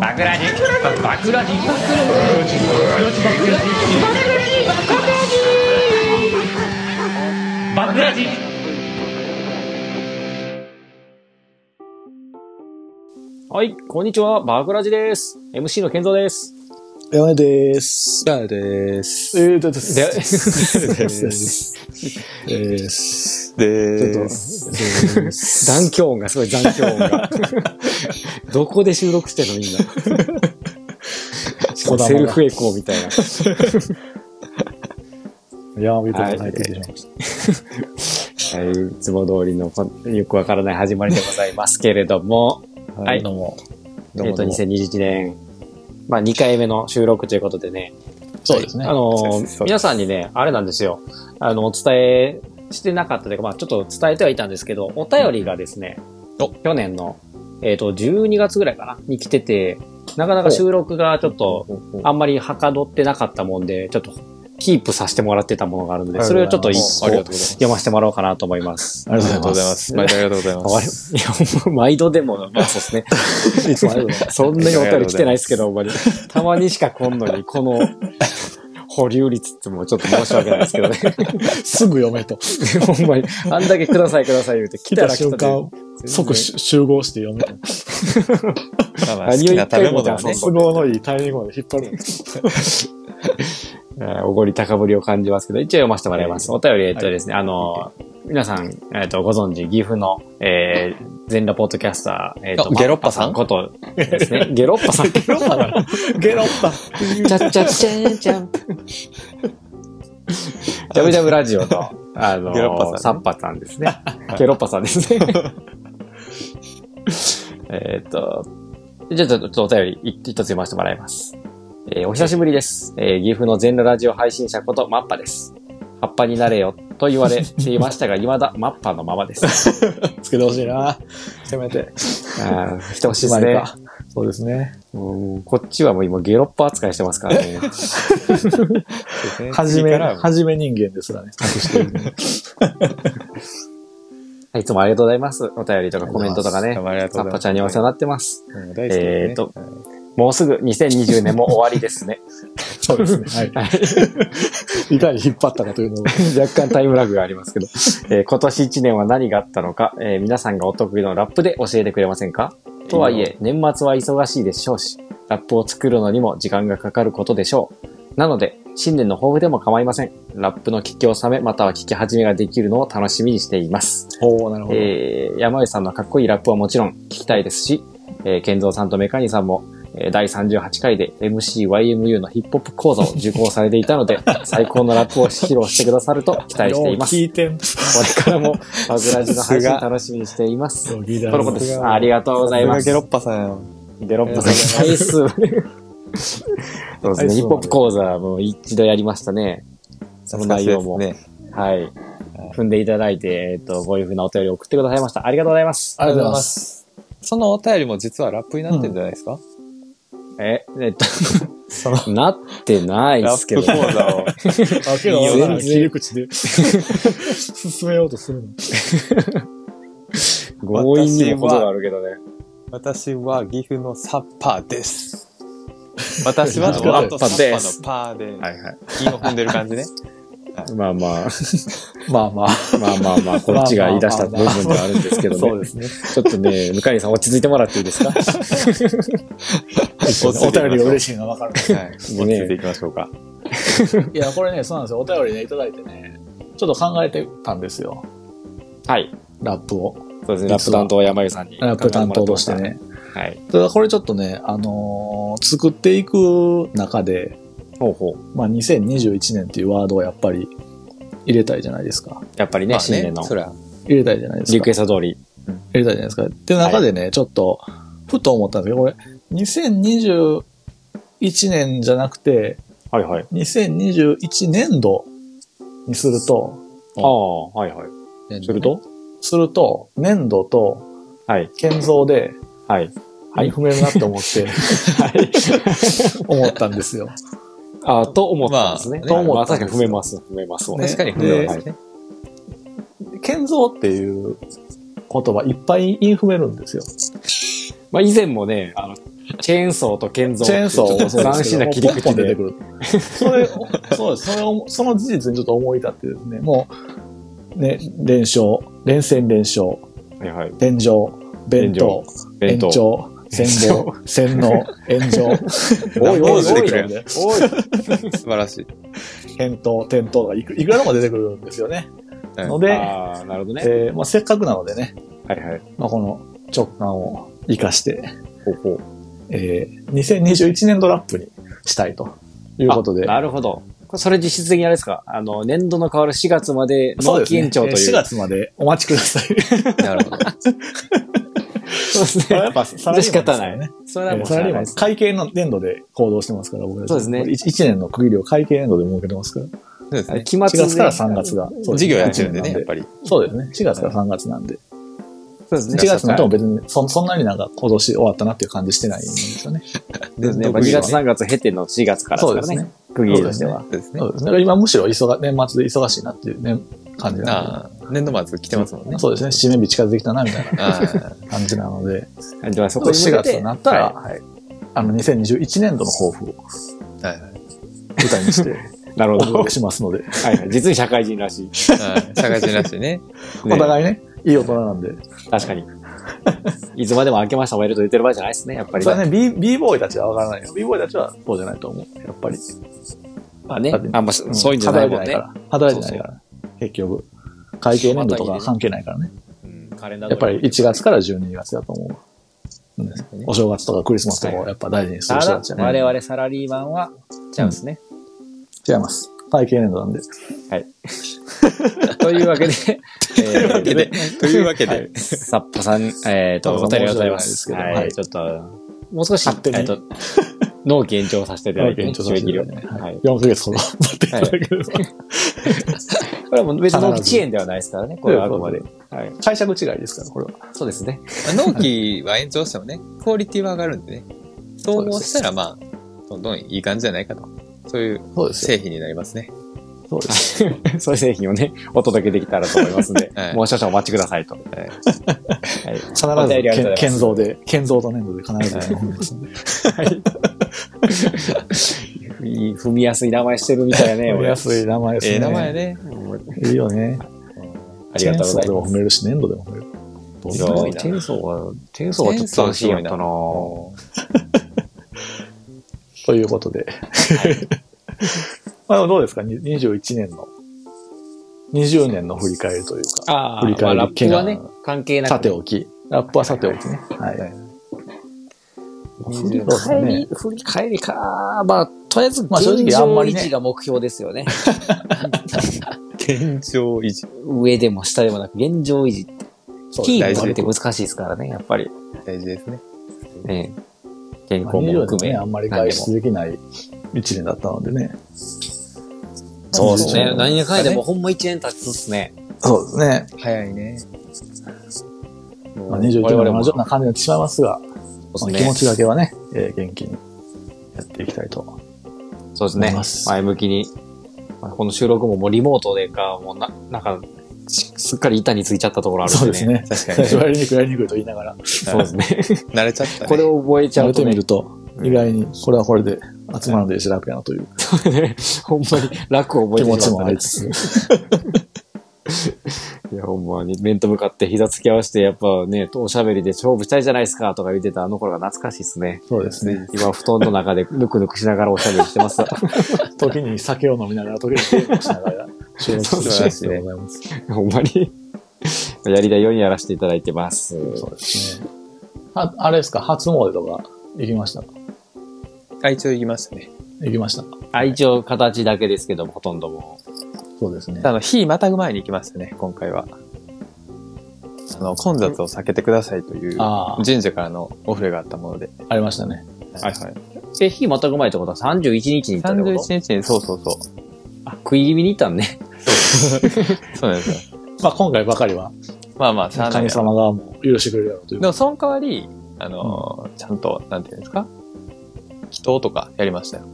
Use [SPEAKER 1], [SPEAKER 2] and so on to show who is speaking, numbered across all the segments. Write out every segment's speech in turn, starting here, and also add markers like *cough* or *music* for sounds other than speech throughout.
[SPEAKER 1] バクラジバクラジバクラジ
[SPEAKER 2] はい、こんにちは、バークラジです。MC の健三です。
[SPEAKER 3] 山根です。
[SPEAKER 4] ガーです。
[SPEAKER 3] えーと、で
[SPEAKER 2] で、
[SPEAKER 3] です。です。ちょっと、
[SPEAKER 4] で
[SPEAKER 3] で
[SPEAKER 4] ーす。
[SPEAKER 3] す。
[SPEAKER 2] 残響音がすごい残響音
[SPEAKER 3] *laughs*
[SPEAKER 2] が。どこで収録してんのみんな。
[SPEAKER 3] こだまが
[SPEAKER 2] セルフエコーみ
[SPEAKER 3] *laughs*
[SPEAKER 2] たいな。
[SPEAKER 3] 山根と入ってきてしまいまし
[SPEAKER 2] はい、いつも通りのこよくわからない始まりでございますけれども、
[SPEAKER 3] た。
[SPEAKER 2] はい
[SPEAKER 3] どうも。
[SPEAKER 2] え
[SPEAKER 3] どう
[SPEAKER 2] っ
[SPEAKER 3] も
[SPEAKER 2] と、
[SPEAKER 3] どうも。
[SPEAKER 2] 2021年、まあ2回目の収録ということでね、
[SPEAKER 3] そうですね
[SPEAKER 2] あ。の
[SPEAKER 4] そう
[SPEAKER 2] ー
[SPEAKER 4] ですそうです
[SPEAKER 2] 皆さんにね、あれなんですよ。あの、お伝えしてなかったというか、まあちょっと伝えてはいたんですけど、お便りがですね、
[SPEAKER 4] お
[SPEAKER 2] 去年の、えっ、と、12月ぐらいかな、に来てて、なかなか収録がちょっと、あんまりはかどってなかったもんで、ちょっと、キープさせてもらってたものがあるので、それをちょっと一個
[SPEAKER 4] ありがとうございます
[SPEAKER 2] 読ませてもらおうかなと思います。
[SPEAKER 3] あり
[SPEAKER 4] ありが
[SPEAKER 3] がと
[SPEAKER 4] とう
[SPEAKER 3] う
[SPEAKER 4] ご
[SPEAKER 3] ご
[SPEAKER 4] ざ
[SPEAKER 3] ざ
[SPEAKER 4] い
[SPEAKER 3] い
[SPEAKER 4] ま。
[SPEAKER 3] ます
[SPEAKER 4] 毎度ありがとうご
[SPEAKER 2] あ
[SPEAKER 4] ざいま
[SPEAKER 2] れい
[SPEAKER 4] す。
[SPEAKER 2] や、毎度でも、まあそうですね。いつもありがとうござい *laughs* ますそんなにお便り来てないですけど、ほんまに。たまにしか来んのに、この保留率ってもうちょっと申し訳ないですけどね。 *laughs*
[SPEAKER 3] すぐ読めと。
[SPEAKER 2] ほんまに。あんだけくださいください言うて、来
[SPEAKER 3] 来
[SPEAKER 2] た
[SPEAKER 3] た
[SPEAKER 2] ら来
[SPEAKER 3] 瞬
[SPEAKER 2] た
[SPEAKER 3] 間、
[SPEAKER 2] で
[SPEAKER 3] 即し集合して読めと。
[SPEAKER 4] まあまあ
[SPEAKER 2] 何を
[SPEAKER 4] 好き
[SPEAKER 2] 言
[SPEAKER 4] な
[SPEAKER 2] っ
[SPEAKER 4] 食
[SPEAKER 2] て
[SPEAKER 4] べ
[SPEAKER 2] も
[SPEAKER 4] 物
[SPEAKER 2] じゃあ
[SPEAKER 4] はね
[SPEAKER 3] 都合のいいタイミングまで引っ張る。
[SPEAKER 2] えーおごり高ぶりを感じますけど、一応読ませてもらいます。お便り、えっとですね、あのー、皆さん、えっと、ご存知、岐阜の、えー、全裸ポッドキャスター、えっと、
[SPEAKER 4] あゲロッパさん
[SPEAKER 2] ことですね。ゲロッパさん。チ
[SPEAKER 3] ゲロッパだ。ゲロッパ。
[SPEAKER 2] ャッチャッチャンチャン。ジャブジャブラジオと、 *laughs* あの
[SPEAKER 4] ゲロッパさん
[SPEAKER 2] ー、
[SPEAKER 4] ね
[SPEAKER 2] サッパさんです *laughs* ね。ゲロッパさんですね。 *laughs* えーっと、じゃあちょっとちょっとお便り一一つ読ませてもらいます。えーお久しぶりです。えー岐阜の全裸ラジオ配信者ことマッパです。葉っぱになれよと言われていました *laughs* が、未だマッパのまま *laughs* です。
[SPEAKER 3] つけてほしいな。せめて。
[SPEAKER 2] あーしてほしいですね。
[SPEAKER 3] そうですね。
[SPEAKER 2] うんこっちはもう今ゲロッパ扱いしてますから *laughs* ね。
[SPEAKER 3] はじめ、はじめ人間ですらね。隠してる。
[SPEAKER 2] いつもありがとうございます。お便りとかコメントとかね
[SPEAKER 4] どう。もありがと
[SPEAKER 2] サッ
[SPEAKER 4] うございま
[SPEAKER 2] パ
[SPEAKER 4] す。
[SPEAKER 2] ちゃんにお世話になってます。
[SPEAKER 4] うん大好きだね
[SPEAKER 2] えーっともうすぐ2020年も終わりですね。
[SPEAKER 3] そうですね。はい。
[SPEAKER 2] はい
[SPEAKER 3] いかに引っ張ったかというのを。
[SPEAKER 2] *laughs* 若干タイムラグがありますけど、えー今年1年は何があったのか、えー皆さんがお得意のラップで教えてくれませんかとはいえ、年末は忙しいでしょうし、ラップを作るのにも時間がかかることでしょう。なので、新年の抱負でも構いません。ラップの聞き納め、または聞き始めができるのを楽しみにしています。
[SPEAKER 3] ほう、なるほど。
[SPEAKER 2] えー山内さんのかっこいいラップはもちろん聞きたいですし、えー、健三さんとメカニさんも、えー第38回で MCYMU のヒップホップ講座を受講されていたので、最高のラップを披露してくださると期待しています。
[SPEAKER 3] よう聞いてん。
[SPEAKER 2] これからも、バグラジの配信楽しみにしています。
[SPEAKER 3] ト
[SPEAKER 2] とのことです。ありがとうございま
[SPEAKER 4] が
[SPEAKER 2] す。
[SPEAKER 4] ゲ
[SPEAKER 2] ゲ
[SPEAKER 4] ロッ
[SPEAKER 2] ロ
[SPEAKER 4] パさん。
[SPEAKER 2] ップさん、アイス。そうですね、ヒップホップ講座も一度やりましたね。その内容も。
[SPEAKER 4] 懐かしいですね
[SPEAKER 2] はい。踏んでいただいて、えっと、こういうふうなお便りを送ってくださいました。ありがとうございます。
[SPEAKER 3] ありがとうございます。
[SPEAKER 4] そのお便りも実はラップになってるんじゃないですか
[SPEAKER 2] え、えっ *laughs* と、なってないで
[SPEAKER 4] ラ
[SPEAKER 2] すけ
[SPEAKER 4] ッ
[SPEAKER 2] ど
[SPEAKER 4] プ、講座を。
[SPEAKER 3] あ、けど、
[SPEAKER 2] いいよ
[SPEAKER 3] なんか
[SPEAKER 2] 全然
[SPEAKER 3] 切り口で進めようとするの。
[SPEAKER 2] 強引にもことがあるけどね。
[SPEAKER 4] 私は岐阜のサッパーです。私は
[SPEAKER 3] は
[SPEAKER 4] ラ
[SPEAKER 3] ラ
[SPEAKER 4] ッ
[SPEAKER 3] ッ
[SPEAKER 4] パ
[SPEAKER 2] パ
[SPEAKER 4] サ
[SPEAKER 2] サ
[SPEAKER 4] ッ
[SPEAKER 2] ッパ
[SPEAKER 4] パの
[SPEAKER 2] の
[SPEAKER 4] パーで、
[SPEAKER 2] いはい。
[SPEAKER 4] 韻を踏んでる感じね。
[SPEAKER 2] まあまあ、
[SPEAKER 3] まあまあ。
[SPEAKER 2] まあまあまあ、こっちが言い出した部分ではあるんですけ *laughs* ど
[SPEAKER 3] そう
[SPEAKER 2] ね。
[SPEAKER 3] ですね。
[SPEAKER 2] ちょっとね、向井さん落ち着いてもらっていいですか
[SPEAKER 3] お便りが嬉しいのはわかる。
[SPEAKER 4] はい。落ち着いていきましょうか。
[SPEAKER 3] いや、これね、そうなんですよ。お便りね、いただいてね、ちょっと考えてたんですよ。
[SPEAKER 2] はい。
[SPEAKER 3] ラップを。
[SPEAKER 2] そうですね、ラップ担当山井さんに。
[SPEAKER 3] ラップ担当として。ね。
[SPEAKER 2] はい。
[SPEAKER 3] ただこれちょっとね、あのー作っていく中で、
[SPEAKER 2] ほうほう。
[SPEAKER 3] まあ、2021年っていうワードをやっぱり入れたいじゃないですか。
[SPEAKER 2] やっぱりね、新年の
[SPEAKER 4] そりゃ
[SPEAKER 3] 入れたいじゃないですか。
[SPEAKER 2] リクエスト通り。
[SPEAKER 3] やりたいじゃないですか。っていう中でね、ちょっと、ふと思ったんですけど、これ、2021年じゃなくて、
[SPEAKER 2] はいはい。
[SPEAKER 3] 2021年度にすると、
[SPEAKER 2] ああ、はいはい。すると
[SPEAKER 3] すると、年度と、
[SPEAKER 2] はい。
[SPEAKER 3] 建造で、
[SPEAKER 2] はい。はい
[SPEAKER 3] 踏めるなって
[SPEAKER 2] *laughs*
[SPEAKER 3] 思って、思ったんですよ。
[SPEAKER 2] ああ、と思ったんですね。
[SPEAKER 4] まあ
[SPEAKER 2] と思った。まあ
[SPEAKER 3] ね
[SPEAKER 2] 確かに踏めます。踏めますわ。
[SPEAKER 3] ね
[SPEAKER 4] 確かに踏んでますね。
[SPEAKER 3] 建造っていう言葉いっぱいイン踏めるんですよ。
[SPEAKER 2] まあ以前もね、あの、チェーンソーと剣像。
[SPEAKER 3] チェーンソーもそう
[SPEAKER 2] 斬
[SPEAKER 3] です
[SPEAKER 2] 新
[SPEAKER 3] け
[SPEAKER 2] な
[SPEAKER 3] ど
[SPEAKER 2] 切り
[SPEAKER 3] ポンポ
[SPEAKER 2] 口
[SPEAKER 3] ン出て
[SPEAKER 2] で
[SPEAKER 3] く。る。それを、そうです。それを、その事実にちょっと思い立ってですね、もう、ね、連勝、連戦連勝、
[SPEAKER 2] はいはい。
[SPEAKER 3] 連勝、弁当、
[SPEAKER 2] 弁
[SPEAKER 3] 延
[SPEAKER 2] 当。
[SPEAKER 3] 長、戦後、洗脳、炎上、
[SPEAKER 4] おいおい
[SPEAKER 3] 出てくる
[SPEAKER 4] お
[SPEAKER 3] ん
[SPEAKER 4] い
[SPEAKER 3] で、
[SPEAKER 2] おい
[SPEAKER 4] 素晴らしい。
[SPEAKER 3] 返答、転倒とかいくいくらでも出てくるんですよね。
[SPEAKER 4] はい
[SPEAKER 3] の *laughs* で、
[SPEAKER 2] ああ、なるほどね。
[SPEAKER 3] えーまあ、せっかくなのでね、
[SPEAKER 2] はいはい。
[SPEAKER 3] まあ、この直感を活かして、
[SPEAKER 2] ほうほう。
[SPEAKER 3] えー2021年度ラップにしたいということで
[SPEAKER 2] あ。なるほど。これそれ実質的にあれですかあの、年度の変わる4月まで
[SPEAKER 3] そう
[SPEAKER 2] 納
[SPEAKER 3] です
[SPEAKER 2] 期
[SPEAKER 3] ね。
[SPEAKER 2] 延長とい
[SPEAKER 3] 4
[SPEAKER 2] う。
[SPEAKER 3] 月までお待ちください。*laughs*
[SPEAKER 4] なるほど。
[SPEAKER 2] そうです
[SPEAKER 3] や
[SPEAKER 2] ね
[SPEAKER 3] っ。ぱサラリーマンですからね。
[SPEAKER 2] それ
[SPEAKER 3] え
[SPEAKER 2] はも
[SPEAKER 3] ー
[SPEAKER 2] う
[SPEAKER 3] サラリーマン
[SPEAKER 2] で
[SPEAKER 3] ですす。会計の年度で行動してますから、僕たち
[SPEAKER 2] そうですね
[SPEAKER 3] これ一一年の区切りを会計年度で設けてますから。
[SPEAKER 4] そうですね。
[SPEAKER 2] 期
[SPEAKER 3] 4
[SPEAKER 2] 末
[SPEAKER 3] 月から
[SPEAKER 2] そう
[SPEAKER 3] 3月が。そうです
[SPEAKER 4] 授業やってるんでね、
[SPEAKER 3] 一年
[SPEAKER 4] やっ
[SPEAKER 3] なん
[SPEAKER 4] ぱり。
[SPEAKER 3] そうですね。4月から3月なんで。
[SPEAKER 2] です
[SPEAKER 3] 1
[SPEAKER 2] ね。
[SPEAKER 3] 月のとも別にそ、そんなになんか今年終わったなっていう感じしてないんですよね。
[SPEAKER 2] そうですね。やっぱ2
[SPEAKER 4] 独自の
[SPEAKER 2] 月3月経ての4月からですからね。。区切りとしては。
[SPEAKER 4] そうですね
[SPEAKER 3] そ。うですね。だから今むしろ忙、年末で忙しいなっていうね、感じなんで。
[SPEAKER 4] ああ、年度末来てますもんね。
[SPEAKER 3] そうですね。締め日近づいてきたな、みたい
[SPEAKER 4] ああ
[SPEAKER 3] な感じなので。
[SPEAKER 2] じゃあそこに向け
[SPEAKER 3] 4月
[SPEAKER 2] て
[SPEAKER 3] になったら、はい。あの、2021年度の抱負を
[SPEAKER 4] はいはい。
[SPEAKER 3] 歌にして、
[SPEAKER 2] なる
[SPEAKER 3] お
[SPEAKER 2] ほど。
[SPEAKER 3] 届けしますので、
[SPEAKER 2] はいはい。実に社会人らしい。
[SPEAKER 4] はい社会人らしい *laughs* ね。
[SPEAKER 3] *laughs* お互いね、いい大人なんで。
[SPEAKER 2] 確かに。いつまでも明けましたおめでとう言ってる場合じゃないですね、やっぱり
[SPEAKER 3] そ
[SPEAKER 2] ね。
[SPEAKER 3] れはね、B, B ボーイたちはわからないよ。B ボーイたちはそうじゃないと思う。やっぱり。
[SPEAKER 2] まあね
[SPEAKER 3] だって。
[SPEAKER 2] あんま
[SPEAKER 3] うん
[SPEAKER 2] そういうんじゃないもんね。
[SPEAKER 3] 働いてないから。働いてないから。結局。会計年度とか関係ないからね。
[SPEAKER 4] うん
[SPEAKER 2] カレンダー
[SPEAKER 3] やっぱり1月から12月だと思うわ。うん
[SPEAKER 2] ね
[SPEAKER 3] お正月とかクリスマスとかをやっぱ大事にす
[SPEAKER 2] た
[SPEAKER 3] る人
[SPEAKER 2] だ
[SPEAKER 3] たちじゃ、ない。
[SPEAKER 2] 我々サラリーマンは、ちゃうんですね。
[SPEAKER 3] 違います。会計年度なんで。
[SPEAKER 2] という
[SPEAKER 3] *laughs*
[SPEAKER 2] わけで、という
[SPEAKER 4] わけでというわけで。
[SPEAKER 2] サッパさん、えっ、と、お
[SPEAKER 3] サッ
[SPEAKER 2] 便
[SPEAKER 3] パさん
[SPEAKER 2] りがとうございます。
[SPEAKER 3] 申し訳
[SPEAKER 2] は
[SPEAKER 3] ない
[SPEAKER 2] い、
[SPEAKER 3] ですけどはい
[SPEAKER 2] ちょっと、もう少し、
[SPEAKER 3] 勝手に
[SPEAKER 2] えっと、納期延長させていただいて、ね、
[SPEAKER 3] 延長させていただいて
[SPEAKER 2] 締め
[SPEAKER 3] ね
[SPEAKER 2] 切りをはい。
[SPEAKER 3] 4ヶ月ほど待っていただければ。
[SPEAKER 2] これはもう別に納期遅延ではないですからね、これはあくまで。はい。
[SPEAKER 3] 解釈違いですから、これは。
[SPEAKER 2] そうですね。 *laughs*
[SPEAKER 4] まあ納期は延長してもね、クオリティは上がるんでね。統合したらまあ、どんどんいい感じじゃないかと。そういう
[SPEAKER 3] そうですよ。
[SPEAKER 4] 製品になりますね。
[SPEAKER 3] そうです。
[SPEAKER 2] そういう製品をね、お届けできたらと思いますんで、
[SPEAKER 4] はい
[SPEAKER 2] もう少々お待ちくださいと。はい。
[SPEAKER 4] い
[SPEAKER 3] 必
[SPEAKER 2] お便りありがとうござい
[SPEAKER 3] ず
[SPEAKER 2] ます
[SPEAKER 3] 建造で、建造と年度で必ず頼みますんで。
[SPEAKER 2] い *laughs* い踏みやすい名前してるみたいなね、
[SPEAKER 3] *laughs* 覚え
[SPEAKER 2] 俺
[SPEAKER 3] やすい名前ですね。
[SPEAKER 4] ええ名前ね。
[SPEAKER 3] いいよね。
[SPEAKER 2] ありがとうござい
[SPEAKER 3] チェーンソーでも
[SPEAKER 2] ま
[SPEAKER 3] 褒
[SPEAKER 2] す。
[SPEAKER 3] めるし、粘土でも褒める。どう
[SPEAKER 2] い
[SPEAKER 3] す
[SPEAKER 2] や
[SPEAKER 3] る
[SPEAKER 2] ー
[SPEAKER 3] の
[SPEAKER 2] チェーンソーは、チェーンソーはちょっと楽しいやったなぁ
[SPEAKER 3] ということで。 *laughs* まあでもどうですかに ?21 年の、20年の振り返りというか、
[SPEAKER 2] あ
[SPEAKER 3] 振り
[SPEAKER 2] ーま
[SPEAKER 3] 返
[SPEAKER 2] あ、
[SPEAKER 3] り
[SPEAKER 2] ラップはね、関係な
[SPEAKER 3] さ
[SPEAKER 2] く
[SPEAKER 3] ておき。ラップはさておきね。はい。
[SPEAKER 2] 振り
[SPEAKER 3] そうです
[SPEAKER 2] 返り、
[SPEAKER 3] ね。
[SPEAKER 2] 振り返りか。まあ、とりあえず、
[SPEAKER 3] まあ正直
[SPEAKER 2] 現状
[SPEAKER 3] あんまり
[SPEAKER 2] 維
[SPEAKER 3] ね
[SPEAKER 2] 持が目標ですよね。
[SPEAKER 4] 現状維持。
[SPEAKER 2] 上でも下でもなく、現状維持って。
[SPEAKER 3] そう
[SPEAKER 2] キ
[SPEAKER 3] です
[SPEAKER 2] ー
[SPEAKER 4] 大
[SPEAKER 2] プ
[SPEAKER 4] 事
[SPEAKER 2] って難しいですからね、やっぱり。
[SPEAKER 4] 大事ですね。
[SPEAKER 2] ね健
[SPEAKER 3] まあ
[SPEAKER 2] 康も
[SPEAKER 3] 20
[SPEAKER 2] 含
[SPEAKER 3] 年
[SPEAKER 2] め。
[SPEAKER 3] ね、あんまり
[SPEAKER 2] 何でも
[SPEAKER 3] 外出できない1年だったのでね。
[SPEAKER 2] そうですね。
[SPEAKER 3] 20年
[SPEAKER 2] 何やかんやでも、ほんま1年経つっすね。
[SPEAKER 3] そうですね。
[SPEAKER 4] 早いね。
[SPEAKER 3] ま
[SPEAKER 2] 我
[SPEAKER 3] あ、21年
[SPEAKER 2] 々
[SPEAKER 3] も
[SPEAKER 2] も
[SPEAKER 3] 同じような感じになってしまいますが、
[SPEAKER 2] そうで
[SPEAKER 3] 気
[SPEAKER 2] す
[SPEAKER 3] 持
[SPEAKER 2] ね。
[SPEAKER 3] ちだけはね、えー元気にやっていきたいと。
[SPEAKER 2] そうです
[SPEAKER 3] 思
[SPEAKER 2] ね
[SPEAKER 3] います。
[SPEAKER 2] 前向きに。まあこの収録ももうリモートでか、もうな、なんか、しすっかり板についちゃったところあるん
[SPEAKER 3] そうです。 *laughs* ね。
[SPEAKER 4] 確か *laughs* に。
[SPEAKER 3] やりにくい、やりにくいと言いながら、
[SPEAKER 2] そうですね。 *laughs*
[SPEAKER 4] 慣れちゃったね。
[SPEAKER 2] これを覚えちゃ
[SPEAKER 3] や
[SPEAKER 2] う
[SPEAKER 3] って
[SPEAKER 2] と、
[SPEAKER 3] み
[SPEAKER 2] ね、
[SPEAKER 3] ると、意外にこれはこれで集まらんでいいし楽やなという
[SPEAKER 2] *laughs* ほんまに楽を覚
[SPEAKER 3] 気
[SPEAKER 2] え
[SPEAKER 3] 持
[SPEAKER 2] てし
[SPEAKER 3] ち
[SPEAKER 2] まった
[SPEAKER 3] もあ
[SPEAKER 2] ね
[SPEAKER 3] りつつ。
[SPEAKER 2] いや、ほんまに、面と向かって膝つき合わせて、やっぱね、おしゃべりで勝負したいじゃないですか、とか言ってたあの頃が懐かしいですね。
[SPEAKER 3] そうですね。
[SPEAKER 2] 今、布団の中で *laughs* ぬくぬくしながらおしゃべりしてます。 *laughs*
[SPEAKER 3] 時に酒を飲みながら、時にゲームをしながら、収録するシーンでございます。
[SPEAKER 2] ほんまに。やりたいようにやらせていただいてます。
[SPEAKER 3] そうですね。ああれですか、初詣とか行きました
[SPEAKER 4] あ、一応言いましたね。
[SPEAKER 3] 行きました。
[SPEAKER 2] 愛情形だけですけども、ほとんどもう。
[SPEAKER 3] そうですね。
[SPEAKER 4] あの、日またぐ前に行きましたね、今回は。あの、混雑を避けてくださいという、
[SPEAKER 3] ああ、
[SPEAKER 4] 神社からのお触れがあったもので。
[SPEAKER 3] ありましたね。
[SPEAKER 4] はいはい。
[SPEAKER 2] え、日またぐ前ってことは31日に行ったってこと
[SPEAKER 4] 31日に、そうそうそ
[SPEAKER 2] あ、食い気味に行ったんね。
[SPEAKER 4] う。そうなんですよ。
[SPEAKER 3] まあ今回ばかりは、
[SPEAKER 4] まあまあ、しゃあない
[SPEAKER 3] 神様がもう許してくれるだろうという
[SPEAKER 4] で。も、その代わり、あの、ちゃんと、なんていうんですか祈祷とかやりましたよ。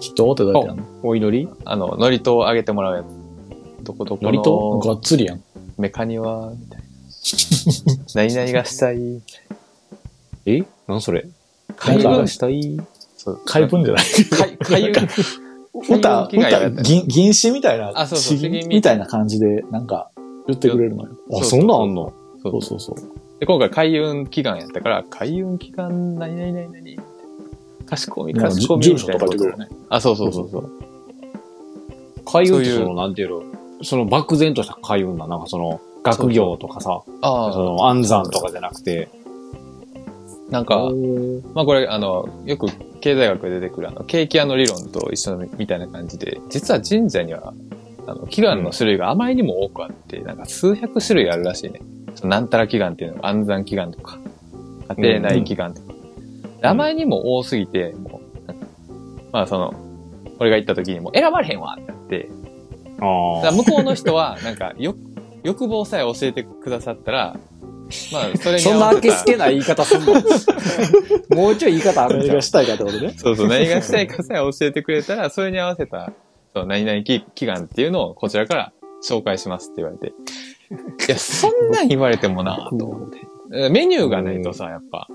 [SPEAKER 3] きっと大手だけやんの。
[SPEAKER 2] お祈り
[SPEAKER 4] あの、祝詞をあげてもらうやつ。どこどこ
[SPEAKER 2] 祝
[SPEAKER 3] お
[SPEAKER 4] の
[SPEAKER 3] がっつりやん。
[SPEAKER 4] *laughs* メカニは、みたいな。何々がしたい。
[SPEAKER 2] えなんそれ
[SPEAKER 3] なん
[SPEAKER 4] 開
[SPEAKER 3] か
[SPEAKER 4] 運
[SPEAKER 2] 運したい。そう。
[SPEAKER 3] 開文じゃない
[SPEAKER 4] 開 *laughs* 開運。
[SPEAKER 3] 歌、
[SPEAKER 4] 開運祈願や
[SPEAKER 3] 歌、
[SPEAKER 4] った
[SPEAKER 3] 銀、銀紙みたいな、
[SPEAKER 4] あそうそう
[SPEAKER 3] 詩
[SPEAKER 4] 詩吟
[SPEAKER 3] みたいな感じで、なんか、言ってくれるのよ。
[SPEAKER 2] あ、そんなんあんの
[SPEAKER 3] そうそうそう。
[SPEAKER 4] で、今回開運祈願やったから、開運祈願何々何々って。賢み、
[SPEAKER 3] なんか
[SPEAKER 4] 賢み
[SPEAKER 3] 住
[SPEAKER 4] み
[SPEAKER 3] 所
[SPEAKER 4] た
[SPEAKER 3] とか
[SPEAKER 4] いな
[SPEAKER 3] 言っ
[SPEAKER 4] こ
[SPEAKER 3] て
[SPEAKER 4] と
[SPEAKER 3] くれるね。
[SPEAKER 4] あ、そうそうそうそう。
[SPEAKER 2] 開運って
[SPEAKER 4] そういう
[SPEAKER 2] その、なんていうのその漠然とした開運だ。なんかその、学業とかさ、
[SPEAKER 4] ああ
[SPEAKER 2] そ。の暗算とかじゃなくて。
[SPEAKER 4] なんか
[SPEAKER 2] お、ー
[SPEAKER 4] まあこれ、あの、よく経済学で出てくる、あの、景気屋の理論と一緒みみたいな感じで、実は神社には、あの、祈願の種類があまりにも多くあって、なんか数百種類あるらしいね。そのなんたら祈願っていうのが、安産祈願とか、家庭内祈願とか。であまりにも多すぎて、もう、なんかまあその、俺が行った時にもう選ばれへんわってなって、だか
[SPEAKER 2] あ
[SPEAKER 4] ら向こうの人は、なんか、よ、欲望さえ教えてくださったら、まあ、そ
[SPEAKER 2] あ。
[SPEAKER 4] れに
[SPEAKER 2] そんな
[SPEAKER 4] 合わ
[SPEAKER 2] あ
[SPEAKER 4] せ
[SPEAKER 2] け
[SPEAKER 4] た
[SPEAKER 2] すけない言い方すんのもうちょい言い方あるん
[SPEAKER 3] 何
[SPEAKER 2] じゃん
[SPEAKER 3] が。したいかってことね。
[SPEAKER 4] そうそう、何がしたいかさえ教えてくれたら、それに合わせた、そう、何々祈祈願っていうのをこちらから紹介しますって言われて。いや、そんなん言われてもな、と思って。メニューがないとさ、やっぱ。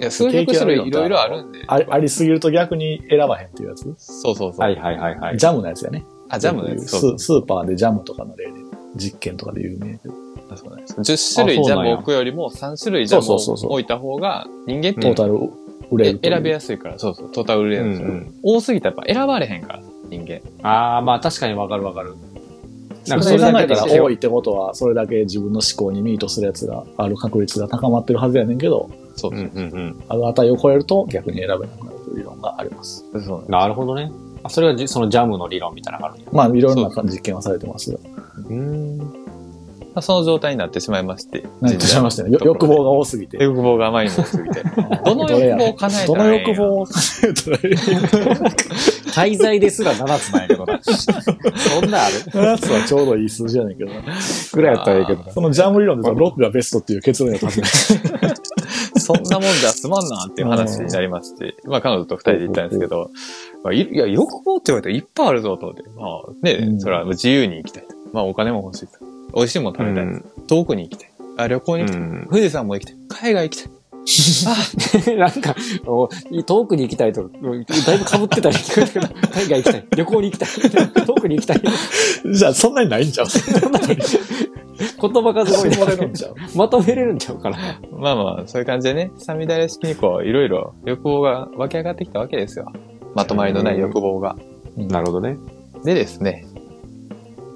[SPEAKER 4] いや、数百種類いろいろあるんで。
[SPEAKER 3] ありありすぎると逆に選ばへんっていうやつ。
[SPEAKER 4] そうそうそう。
[SPEAKER 2] はい *laughs* はいはいはい。
[SPEAKER 3] ジャムのやつやね。
[SPEAKER 4] あ、ジャムのやつ。そう
[SPEAKER 3] ススーパーでジャムとかの例で、実験とかで有名で。
[SPEAKER 4] そうそうなんです10種類ジャムを置くよりも3種類ジャム
[SPEAKER 3] そうそうそうそ
[SPEAKER 4] を
[SPEAKER 3] う
[SPEAKER 4] 置いた方が人間っ
[SPEAKER 3] トー
[SPEAKER 4] て
[SPEAKER 3] タル売れるという
[SPEAKER 4] 選びやすいから、そうそう、トータル売れるんですよ
[SPEAKER 2] うんうん
[SPEAKER 4] 多すぎたらやっぱ選ばれへんから、人間。
[SPEAKER 2] ああ、まあ確かにわかるわかる。な
[SPEAKER 3] それ考えたら多
[SPEAKER 2] い。
[SPEAKER 3] いってことは、それだけ自分の思考にミートするやつがある確率が高まってるはずやねんけど、
[SPEAKER 4] そう
[SPEAKER 2] う
[SPEAKER 4] そ
[SPEAKER 2] ん
[SPEAKER 4] う。
[SPEAKER 2] うんうん。
[SPEAKER 3] ある値を超えると逆に選べなくなるという理論があります。
[SPEAKER 4] そうなんです
[SPEAKER 2] なるほどね。あそれはじそのジャムの理論みたいなのがあるんや
[SPEAKER 3] まあ、いろんな実験はされてますよ。
[SPEAKER 2] うん。
[SPEAKER 4] まあその状態になってしまいまして。
[SPEAKER 3] 何としましたね。よ欲望が多すぎて。
[SPEAKER 4] 欲望があまりにも多すぎ
[SPEAKER 3] *laughs*
[SPEAKER 4] て。どの
[SPEAKER 3] どれ
[SPEAKER 4] 欲
[SPEAKER 3] や
[SPEAKER 4] 望を叶えた
[SPEAKER 3] ど
[SPEAKER 4] ら
[SPEAKER 3] の
[SPEAKER 4] ええんや
[SPEAKER 3] 欲望を叶えたらいい
[SPEAKER 2] 滞在ですら7つないけどな。 *laughs* そんなある
[SPEAKER 3] のやつはちょうどいい数字やねんけどな。
[SPEAKER 2] ぐらいやったらいいけどな。
[SPEAKER 3] そのジャム理論で言うと6がベストっていう結論やったはずなんです
[SPEAKER 4] そんなもんじゃすまんなっていう話になりまして、まあ彼女と二人で行ったんですけど、まあ、いいや、欲望って言われたらいっぱいあるぞと思って、まあね、
[SPEAKER 3] うん
[SPEAKER 4] それは自由に行きたいと。まあお金も欲しいと。美味しいもの食べたいと、遠くに行きたい。あ旅行に行きたい、富士山も行きたい。海外行きたい。
[SPEAKER 2] *laughs* なんか、お遠くに行きたいとか、だいぶ被ってたり *laughs* 聞こえたけど、海外行きたい、 *laughs* 旅行に行きたい、遠くに行きたい。 *laughs*
[SPEAKER 3] よじゃあ、そんなにないんちゃう
[SPEAKER 2] 言葉がすごい
[SPEAKER 3] 言われ
[SPEAKER 2] ね
[SPEAKER 3] るんちゃう
[SPEAKER 2] まとめれるんちゃうかな。
[SPEAKER 4] まあまあ、そういう感じでね、さみだれ式にこう、いろいろ欲望が湧き上がってきたわけですよ。まとまりのない欲望が。
[SPEAKER 2] るほどね。
[SPEAKER 4] でですね、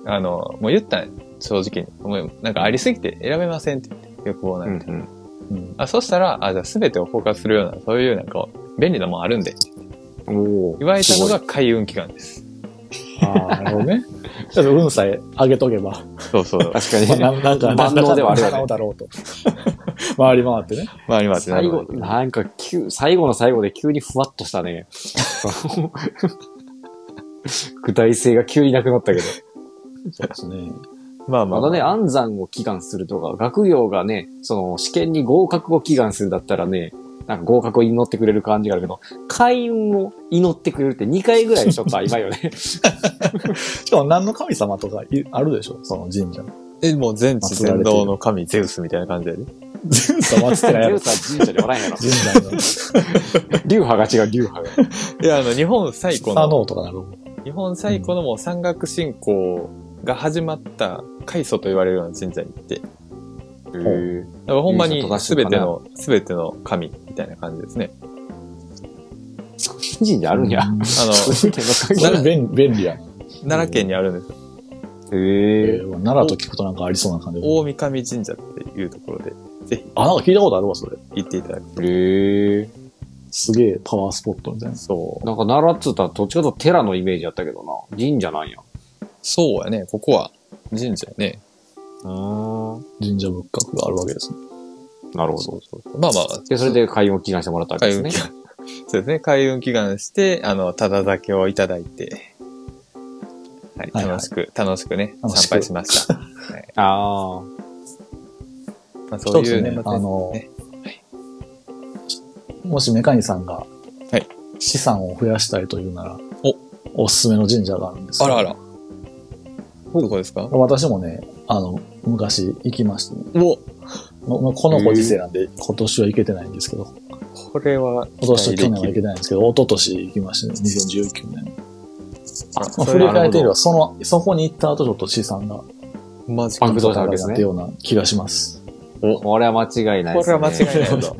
[SPEAKER 4] あの、もう言ったん正直に。もうなんかありすぎて選べませんって言って、欲望なんて。
[SPEAKER 3] うん
[SPEAKER 4] あそしたら、あ、じゃあ全てを包括するような、そういうなんか便利なもんあるんで、
[SPEAKER 2] うんおお。
[SPEAKER 4] 言われたのが開運祈願です。
[SPEAKER 3] ああ、なるほどね。ちょっと運さえ上げとけば、
[SPEAKER 4] そうそう。
[SPEAKER 2] 確かに
[SPEAKER 3] まあ、。なんなんか、
[SPEAKER 2] *laughs* 万能ではあるよね
[SPEAKER 3] なんだか叶うだろうと。回り回ってね。
[SPEAKER 4] まあ今ってな
[SPEAKER 2] 最
[SPEAKER 4] るほ
[SPEAKER 2] 後、
[SPEAKER 4] ど
[SPEAKER 2] なんか急、最後の最後で急にふわっとした *laughs* ね。具体性が急になくなったけど。
[SPEAKER 3] そうですね。
[SPEAKER 4] まあま
[SPEAKER 2] ま
[SPEAKER 4] あ。
[SPEAKER 2] だね、安産を祈願するとか、学業がね、その、試験に合格を祈願するだったらね、なんか合格を祈ってくれる感じがあるけど、開運を祈ってくれるって2回ぐらいちょっと曖昧よ *laughs* ね。
[SPEAKER 3] しかも何の神様とかいあるでしょその神社。
[SPEAKER 4] え、もう全知全能の神ゼウスみたいな感じで、ね。
[SPEAKER 3] 全部待って
[SPEAKER 2] ゼ
[SPEAKER 3] ないや
[SPEAKER 2] ウ
[SPEAKER 3] ろ。
[SPEAKER 2] スは神社におらんやろ。
[SPEAKER 3] 神社の。
[SPEAKER 2] *laughs* 流派が違う、流派が。
[SPEAKER 4] いや、あの、日本最古
[SPEAKER 3] サノ
[SPEAKER 4] の、
[SPEAKER 3] ーとかなる
[SPEAKER 4] 日本最古のもう山岳信仰が始まった開祖と言われるような神社に行って、だからほんまに全ての、全ての神みたいな感じですね。
[SPEAKER 2] 神社にあるんや。あ
[SPEAKER 4] あ
[SPEAKER 2] *laughs*
[SPEAKER 4] の、
[SPEAKER 3] そ
[SPEAKER 2] の、
[SPEAKER 3] れ便便利や。
[SPEAKER 4] 奈良県にあるんですよ。
[SPEAKER 3] え
[SPEAKER 2] へえ。
[SPEAKER 3] ー奈良と聞くとなんかありそうな感じ。
[SPEAKER 4] 大神神社っていうところで
[SPEAKER 3] あ、なんか聞いたことあるわ、それ。
[SPEAKER 4] 行っていただく。
[SPEAKER 2] へえ。
[SPEAKER 3] すげえパワースポットみたいな。
[SPEAKER 4] そう。
[SPEAKER 2] なんか奈良っつったらどっちかというと寺のイメージやったけどな。神社なんや。
[SPEAKER 4] そうやね、ここは神社やね。
[SPEAKER 2] うーん。
[SPEAKER 3] 神社仏閣があるわけですね。
[SPEAKER 2] なるほど。
[SPEAKER 4] まあまあ、
[SPEAKER 2] で、それで開運を祈願してもらったわけで
[SPEAKER 4] 開
[SPEAKER 2] す
[SPEAKER 4] 運
[SPEAKER 2] ね
[SPEAKER 4] 祈。願。そうですね、開運祈願して、あの、ただ酒をいただいて、はい、
[SPEAKER 3] はいはい
[SPEAKER 4] 楽しく、楽しくね、
[SPEAKER 3] 楽しく
[SPEAKER 4] 参拝しま *laughs* した。
[SPEAKER 2] ああ。
[SPEAKER 4] まあ、そうい
[SPEAKER 3] 一
[SPEAKER 4] う
[SPEAKER 3] つね
[SPEAKER 4] ね、また
[SPEAKER 3] あの、もしメカニさんが、
[SPEAKER 4] い
[SPEAKER 3] 資産を増やしたいというなら、
[SPEAKER 4] お
[SPEAKER 3] おすすめの神社があるんですよ
[SPEAKER 4] あらあら。どこですか
[SPEAKER 3] 私もね、あの、昔行きましてね、
[SPEAKER 4] お
[SPEAKER 3] ままこのご時世なんで、今年は行けてないんですけど、
[SPEAKER 4] これは、
[SPEAKER 3] 今年と去年は行けてないんですけど、一昨年行きましたね、2019年。
[SPEAKER 4] あ、
[SPEAKER 3] まあ、
[SPEAKER 4] そ
[SPEAKER 3] 振
[SPEAKER 4] れ
[SPEAKER 3] り
[SPEAKER 4] は
[SPEAKER 3] 返ってみれば、その、そこに行った後ちょっと資産が
[SPEAKER 4] マジ
[SPEAKER 2] バ
[SPEAKER 4] か。
[SPEAKER 2] ンクドー
[SPEAKER 4] こ
[SPEAKER 2] ンしたわけです
[SPEAKER 3] なっ
[SPEAKER 2] ね
[SPEAKER 3] た。ような気がします。
[SPEAKER 2] お、これは間違いないです、
[SPEAKER 4] れ
[SPEAKER 2] ね。
[SPEAKER 4] は間違いないと。
[SPEAKER 2] はい。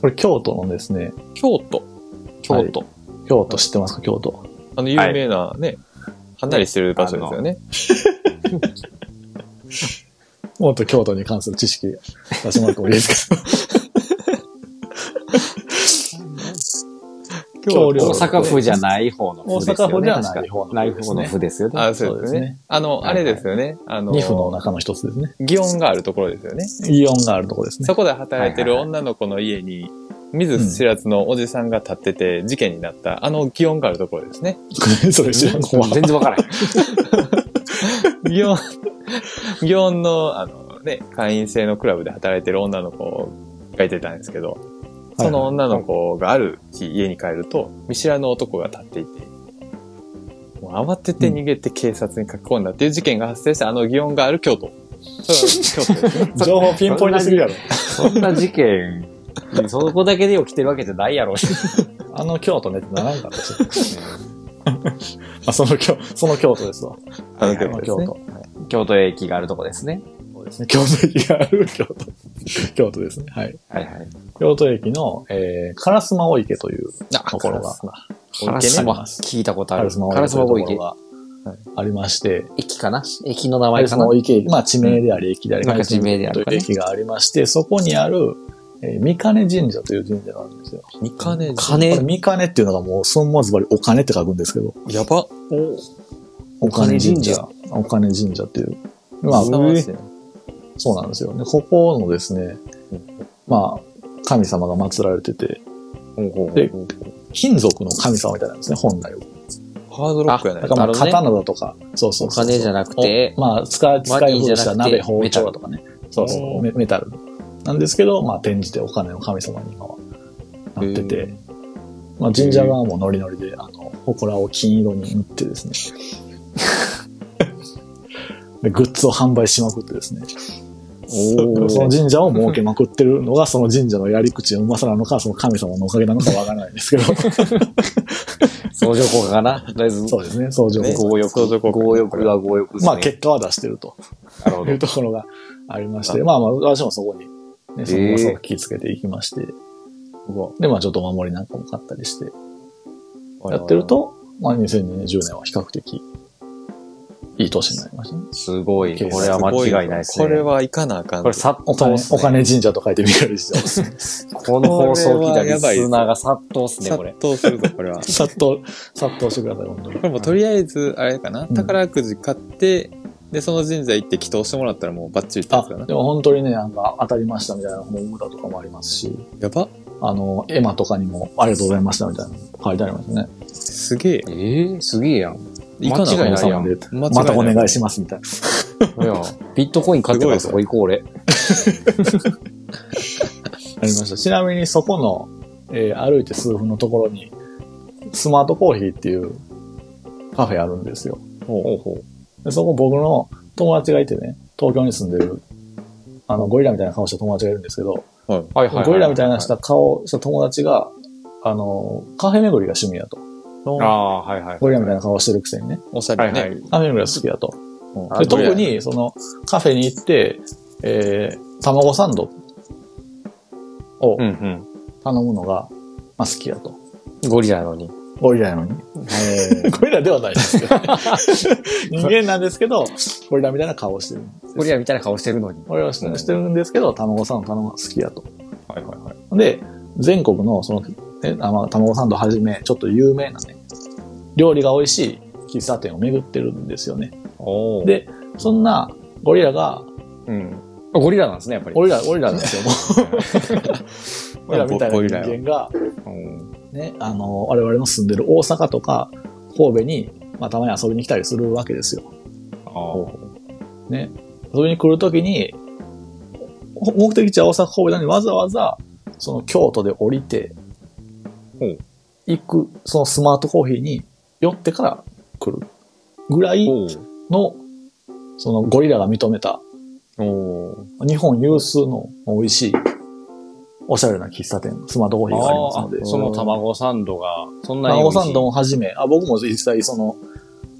[SPEAKER 3] これ京都のですね、
[SPEAKER 4] *laughs* 京都。京都。
[SPEAKER 3] 京都知ってますか、京都。
[SPEAKER 4] あの、有名なね、離れしてる場所ですよね。
[SPEAKER 3] もっと京都に関する知識出してもらってもいいですか京都
[SPEAKER 2] 大阪府じゃない方の府ですよね。
[SPEAKER 3] 大阪府じゃない方の
[SPEAKER 2] 確かない方の府ですよね。
[SPEAKER 4] あ、そう
[SPEAKER 3] そう
[SPEAKER 4] です
[SPEAKER 3] です
[SPEAKER 4] ね
[SPEAKER 3] ね。
[SPEAKER 4] あの、
[SPEAKER 2] はい
[SPEAKER 4] あ
[SPEAKER 2] はい
[SPEAKER 4] れですよね。あの、
[SPEAKER 3] 二府の中の一つですね。
[SPEAKER 4] 祇園があるところですよね。
[SPEAKER 3] イオンがあるとこですね
[SPEAKER 4] そ。こで働いてる
[SPEAKER 2] はいはい
[SPEAKER 4] 女の子の家に、見ず知らずのおじさんが立ってて事件になった、あの祇園があるところですね。
[SPEAKER 3] それ知らん子は。
[SPEAKER 2] 全然わからへん。
[SPEAKER 4] 祇園、 *laughs* 祇園の、あのね、会員制のクラブで働いてる女の子がいてたんですけど、その女の子がある日家に帰ると、見知らぬ男が立っていて、もう慌てて逃げて警察に駆け込んだっていう事件が発生したあの祇園がある京都。それは京都ですね
[SPEAKER 3] 情報ピンポイントすぎるやろ。
[SPEAKER 2] そんな事件、そこだけで起きてるわけじゃないやろ。
[SPEAKER 3] あの京都ねってならんかったし。 *laughs* あ、その京、その京都ですわ。
[SPEAKER 4] あの京
[SPEAKER 3] あの
[SPEAKER 4] 都です
[SPEAKER 3] 京
[SPEAKER 4] ね。
[SPEAKER 3] 都。
[SPEAKER 2] *laughs* 京都駅があるとこですね。
[SPEAKER 3] そうですね。京都駅がある京都。京都ですね。はい。
[SPEAKER 2] はいはい。
[SPEAKER 3] 京都駅の、えー、烏丸大池という
[SPEAKER 4] あ
[SPEAKER 3] ところが、
[SPEAKER 4] カラス
[SPEAKER 3] マ
[SPEAKER 2] 聞いたことある。
[SPEAKER 3] 烏丸大池というところがありまして、
[SPEAKER 2] 駅かな駅の名前
[SPEAKER 3] 烏
[SPEAKER 2] か
[SPEAKER 3] 丸
[SPEAKER 2] な
[SPEAKER 3] 大池駅、まあ地名であり駅であり、
[SPEAKER 2] なんか地名であるかね
[SPEAKER 3] 烏丸大池という駅がありまして、そこにある、えー、三金神社という神社があるんですよ。
[SPEAKER 4] 三金寺。
[SPEAKER 3] これ
[SPEAKER 2] 金、
[SPEAKER 3] 三金っていうのがもう、そのままずばりお金って書くんですけど、
[SPEAKER 4] やば。
[SPEAKER 3] お金神社
[SPEAKER 2] お。
[SPEAKER 3] お金神社っていう。まあ、
[SPEAKER 4] すさまじい
[SPEAKER 3] そうなんですよね。ここのですね
[SPEAKER 4] う、
[SPEAKER 3] まあ、神様が祀られてて、で、金属の神様みたいなんですね、本来は。
[SPEAKER 4] ハードロックやない
[SPEAKER 3] だ。から
[SPEAKER 2] なるほど
[SPEAKER 3] まあ
[SPEAKER 2] ね
[SPEAKER 3] 刀だとか、そうそう
[SPEAKER 2] お
[SPEAKER 3] そうそう。
[SPEAKER 2] 金じゃなくて、
[SPEAKER 3] まあ、使い、使い古した
[SPEAKER 2] マニーじゃなくて
[SPEAKER 3] 鍋、包丁だとかね。そうそう、メメタル。なんですけど、まあ、転じてお金の神様に今はなって
[SPEAKER 4] へ
[SPEAKER 3] て、まあ、神社側もノリノリで、あの、祠を金色に塗ってですね。
[SPEAKER 2] *laughs*
[SPEAKER 3] で、グッズを販売しまくってですね。その神社を設けまくってるのが、その神社のやり口のうまさなのか、その神様のおかげなのかわからない
[SPEAKER 2] *laughs*
[SPEAKER 3] んですけど、
[SPEAKER 2] 相乗効果かなとりあえず、
[SPEAKER 3] そうですね、相乗
[SPEAKER 4] ね
[SPEAKER 3] 効
[SPEAKER 2] 強欲、強欲は強欲で
[SPEAKER 3] 果。
[SPEAKER 2] すね。
[SPEAKER 3] まあ、結果は出してると。
[SPEAKER 2] なるほ
[SPEAKER 3] とい
[SPEAKER 2] ど
[SPEAKER 3] う。ところがありまして、まあまあ、私もそこに、ね、その噂を聞きつけていきまして、で、まあちょっとお守りなんかも買ったりして、やってると、まあ2020年は比較的、いい年になりましたね。
[SPEAKER 2] すごい。これは間違いないですね。
[SPEAKER 4] これはいかなあかん。
[SPEAKER 2] これ殺
[SPEAKER 3] お
[SPEAKER 2] 到
[SPEAKER 3] 金、
[SPEAKER 2] っす
[SPEAKER 3] お
[SPEAKER 2] ね。
[SPEAKER 3] 金神社と書いてみる
[SPEAKER 2] *laughs*
[SPEAKER 3] りして、
[SPEAKER 2] この放送を聞いたリスナーが殺到っすね、これ
[SPEAKER 4] 殺。到するぞ、これは。こ
[SPEAKER 3] さっと、さっとしてください、本当に。
[SPEAKER 4] れもとりあえず、あれかな、
[SPEAKER 3] うん
[SPEAKER 4] 宝くじ買って、で、その神社行って祈祷してもらったらもうバッチリってや
[SPEAKER 3] あ
[SPEAKER 4] つだな、。
[SPEAKER 3] でも本当にね、なんか当たりましたみたいな本歌とかもありますし、
[SPEAKER 4] やば。
[SPEAKER 3] あの、絵馬とかにもありがとうございましたみたいなの書いてありますね。
[SPEAKER 4] すげえ。
[SPEAKER 2] ええ、すげえやん。
[SPEAKER 4] いかなあ
[SPEAKER 2] 間違
[SPEAKER 4] か
[SPEAKER 2] い
[SPEAKER 4] ん
[SPEAKER 2] ないやん
[SPEAKER 3] 神様で
[SPEAKER 4] 間違いない
[SPEAKER 3] またお願いしますみたいな。
[SPEAKER 2] い *laughs* や、ビットコイン買ってからそこ行こう、俺。
[SPEAKER 3] ありました。ちなみにそこの、えー歩いて数分のところに、スマートコーヒーっていうカフェあるんですよ。
[SPEAKER 2] ほうほう。
[SPEAKER 3] でそこ僕の友達がいてね、東京に住んでる、あの、ゴリラみたいな顔した友達がいるんですけど、
[SPEAKER 2] はいはいはい。
[SPEAKER 3] ゴリラみたいなした顔した友達が、あの、カフェ巡りが趣味やと。
[SPEAKER 2] ああ、はいはい。
[SPEAKER 3] ゴリラみたいな顔してるくせにね、
[SPEAKER 4] おしゃれね。
[SPEAKER 2] はいはい
[SPEAKER 3] カフェ巡りが好きだと。
[SPEAKER 4] うん
[SPEAKER 3] で特、に、その、カフェに行って、えー、卵サンドを
[SPEAKER 2] うんうん。
[SPEAKER 3] 頼むのが、まあ、好きやと。
[SPEAKER 2] ゴリラなのに。
[SPEAKER 3] ゴリラやのに。 *laughs* ゴリラではないですけど。人間なんですけど、ゴリラみたいな顔をしてる。
[SPEAKER 2] ゴリラみたいな顔してるのに。
[SPEAKER 3] ゴリラをしてしてるんですけど、卵サンド頼むのが好きだと。
[SPEAKER 4] はいはいはい。で
[SPEAKER 3] で、全国の、その、ね、あまあ卵サンドはじめ、ちょっと有名なね、料理が美味しい喫茶店を巡ってるんですよね。
[SPEAKER 2] おで、
[SPEAKER 3] で、そんなゴリラが、
[SPEAKER 4] うん。
[SPEAKER 2] あゴリラなんですね、やっぱり。
[SPEAKER 3] ゴリラ、ゴリラなんですよ、 *laughs* もう。ゴリラみた
[SPEAKER 4] ゴリ
[SPEAKER 3] い
[SPEAKER 4] ラ
[SPEAKER 3] な
[SPEAKER 4] よ
[SPEAKER 3] 人間が、
[SPEAKER 2] うん
[SPEAKER 3] ね、あの、我々の住んでる大阪とか、神戸に、まあ、たまに遊びに来たりするわけですよ。
[SPEAKER 2] あー
[SPEAKER 3] ね、遊びに来るときに、ほ目的地は大阪神戸なのにわざわざ、その京都で降りて
[SPEAKER 4] ほう、
[SPEAKER 3] 行く、そのスマートコーヒーに寄ってから来るぐらい
[SPEAKER 4] おう
[SPEAKER 3] の、そのゴリラが認めた
[SPEAKER 4] おー
[SPEAKER 3] 日本有数の美味しい、おしゃれな喫茶店、スマートコーヒーがありますので
[SPEAKER 2] あ、その卵サンドが、そんなに美
[SPEAKER 3] 卵
[SPEAKER 2] 味しい。
[SPEAKER 3] サンドもはじめ、あ、僕も実際その、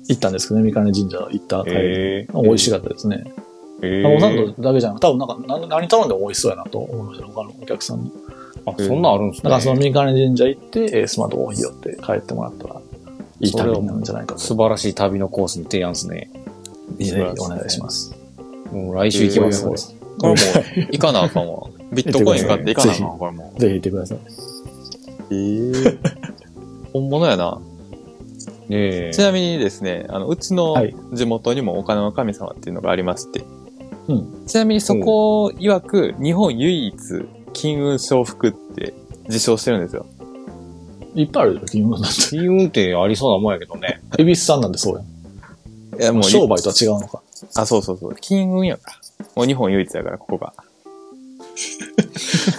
[SPEAKER 3] 行ったんですけどね、三金神社行った帰りに、
[SPEAKER 4] へー
[SPEAKER 3] 美味しかったですね。
[SPEAKER 4] え
[SPEAKER 3] 卵サンドだけじゃなく多分なんか何何頼んでも美味しそうやなと思いました、他のお客さんに。
[SPEAKER 2] あ、そんなんあるんですね。
[SPEAKER 3] だからその三金神社行って、えースマートコーヒー寄って帰ってもらったら、いい
[SPEAKER 2] 旅
[SPEAKER 3] 旅になるんじゃないかと。
[SPEAKER 2] 素晴らしい旅のコースの提案ですね。
[SPEAKER 3] ぜひお願いします。
[SPEAKER 2] もう来週行きます、
[SPEAKER 4] えー
[SPEAKER 2] これ。
[SPEAKER 4] これもう、行かなあかんわ。ビットコイン買って行かなあかんわ、これもう。
[SPEAKER 3] ぜひ行ってください。
[SPEAKER 4] えー *laughs* 本物やな。
[SPEAKER 2] ねえ
[SPEAKER 4] ちなみにですね、あの、うちの
[SPEAKER 3] はい
[SPEAKER 4] 地元にもお金の神様っていうのがありまして、
[SPEAKER 3] うん
[SPEAKER 4] ちなみにそこ曰く、日本唯一、金運承福って自称してるんですよ。
[SPEAKER 3] いっぱいあるよ、金運なんて。
[SPEAKER 2] 金運ってありそうなもんやけどね。
[SPEAKER 3] 恵比寿さんなんでそうや
[SPEAKER 4] いや、も
[SPEAKER 3] ん。
[SPEAKER 4] う、
[SPEAKER 3] 商売とは違うのか。
[SPEAKER 4] あ、そうそうそう。金運やから。もう日本唯一やから、こ
[SPEAKER 3] *laughs*
[SPEAKER 4] こが。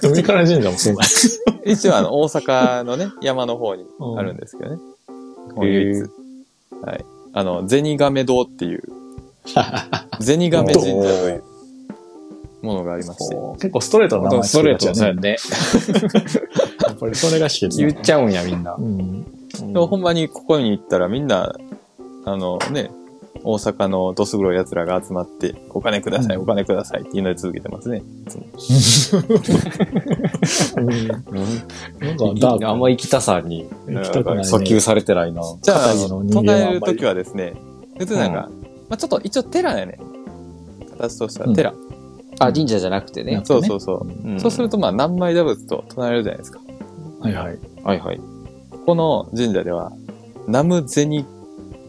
[SPEAKER 3] 三金神社もそうなんや
[SPEAKER 4] 一応、あの、大阪のね、 *laughs* 山の方にあるんですけどね。日本唯一
[SPEAKER 2] へ。
[SPEAKER 4] はい。あの、銭亀堂っ
[SPEAKER 3] *laughs*
[SPEAKER 4] ていう、銭亀神社というものがありまして。
[SPEAKER 3] こう結構ストレートな名前
[SPEAKER 2] ストレートです
[SPEAKER 3] ね。
[SPEAKER 2] ね。
[SPEAKER 3] やっぱりそれが秘訣
[SPEAKER 2] 言
[SPEAKER 3] だ。
[SPEAKER 2] っちゃうんや、みんな。
[SPEAKER 3] うん。
[SPEAKER 4] でもほんまにここに行ったらみんな、あのね、大阪のどす黒い奴らが集まって、お金ください、お金くださいって祈り続けてますね。
[SPEAKER 3] なんかダーク
[SPEAKER 2] あんま行きたさに
[SPEAKER 3] 行きたくないね。
[SPEAKER 2] 訴求されてないな。
[SPEAKER 4] じゃあ、あ
[SPEAKER 3] 片木の
[SPEAKER 4] の
[SPEAKER 3] 人間はあんまり
[SPEAKER 4] 唱えるときはですね、別になんか、まあちょっと一応寺やね。形としては寺。
[SPEAKER 2] あ、神社じゃなくてね。
[SPEAKER 4] そうそうそう。
[SPEAKER 3] う
[SPEAKER 2] うん
[SPEAKER 4] そうするとまあ何枚打仏と唱えるじゃないですか。
[SPEAKER 3] はいはい。
[SPEAKER 2] はいはい。
[SPEAKER 4] ここの神社では、ナムゼニ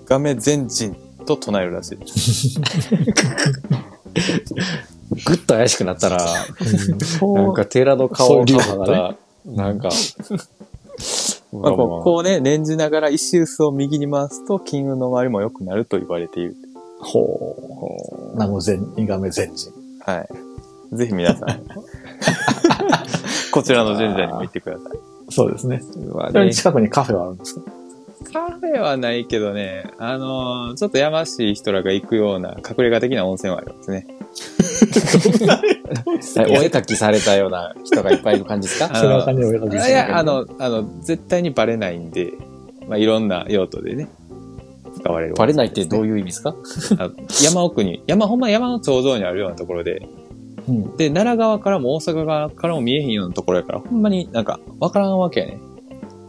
[SPEAKER 4] ガメゼンジンと唱えるらしいです。
[SPEAKER 2] ぐっと怪しくなったら、
[SPEAKER 3] そ
[SPEAKER 2] なんか寺の顔
[SPEAKER 3] そうい
[SPEAKER 2] を
[SPEAKER 3] う
[SPEAKER 2] かぶ
[SPEAKER 3] 流派
[SPEAKER 2] っ
[SPEAKER 3] が
[SPEAKER 2] た、なんか、
[SPEAKER 4] ま
[SPEAKER 2] うわ
[SPEAKER 4] あ、こうこうね、念じながら石臼を右に回すと、金運の周りも良くなると言われている。
[SPEAKER 3] ほう。ナムゼン、イガメゼンジン。
[SPEAKER 4] はい。ぜひ皆さ
[SPEAKER 2] *laughs*
[SPEAKER 4] ん、こちらの神社にも行ってくださ
[SPEAKER 3] そうですね。
[SPEAKER 2] うわ
[SPEAKER 3] それ
[SPEAKER 2] ね
[SPEAKER 3] に近くにカフェはあるんですか
[SPEAKER 4] い。カフェはないけどね、あのーちょっとやましい人らが行くような隠れ家的な温泉はありますね。
[SPEAKER 2] えお絵描きされたような人がいっぱいいる感じですか
[SPEAKER 4] あ
[SPEAKER 3] 背中にお絵描き
[SPEAKER 4] いや、あの、あの、絶対にバレないんで、まあ、いろんな用途でね、使われ
[SPEAKER 2] *laughs*
[SPEAKER 4] る。
[SPEAKER 2] バレないってどういう意味ですか
[SPEAKER 4] あ山奥に、山、ほんま山の頂上にあるようなところで、
[SPEAKER 3] うん。
[SPEAKER 4] で、奈良側からも大阪側からも見えへんようなところやから、ほんまになんか、わからんわけやね。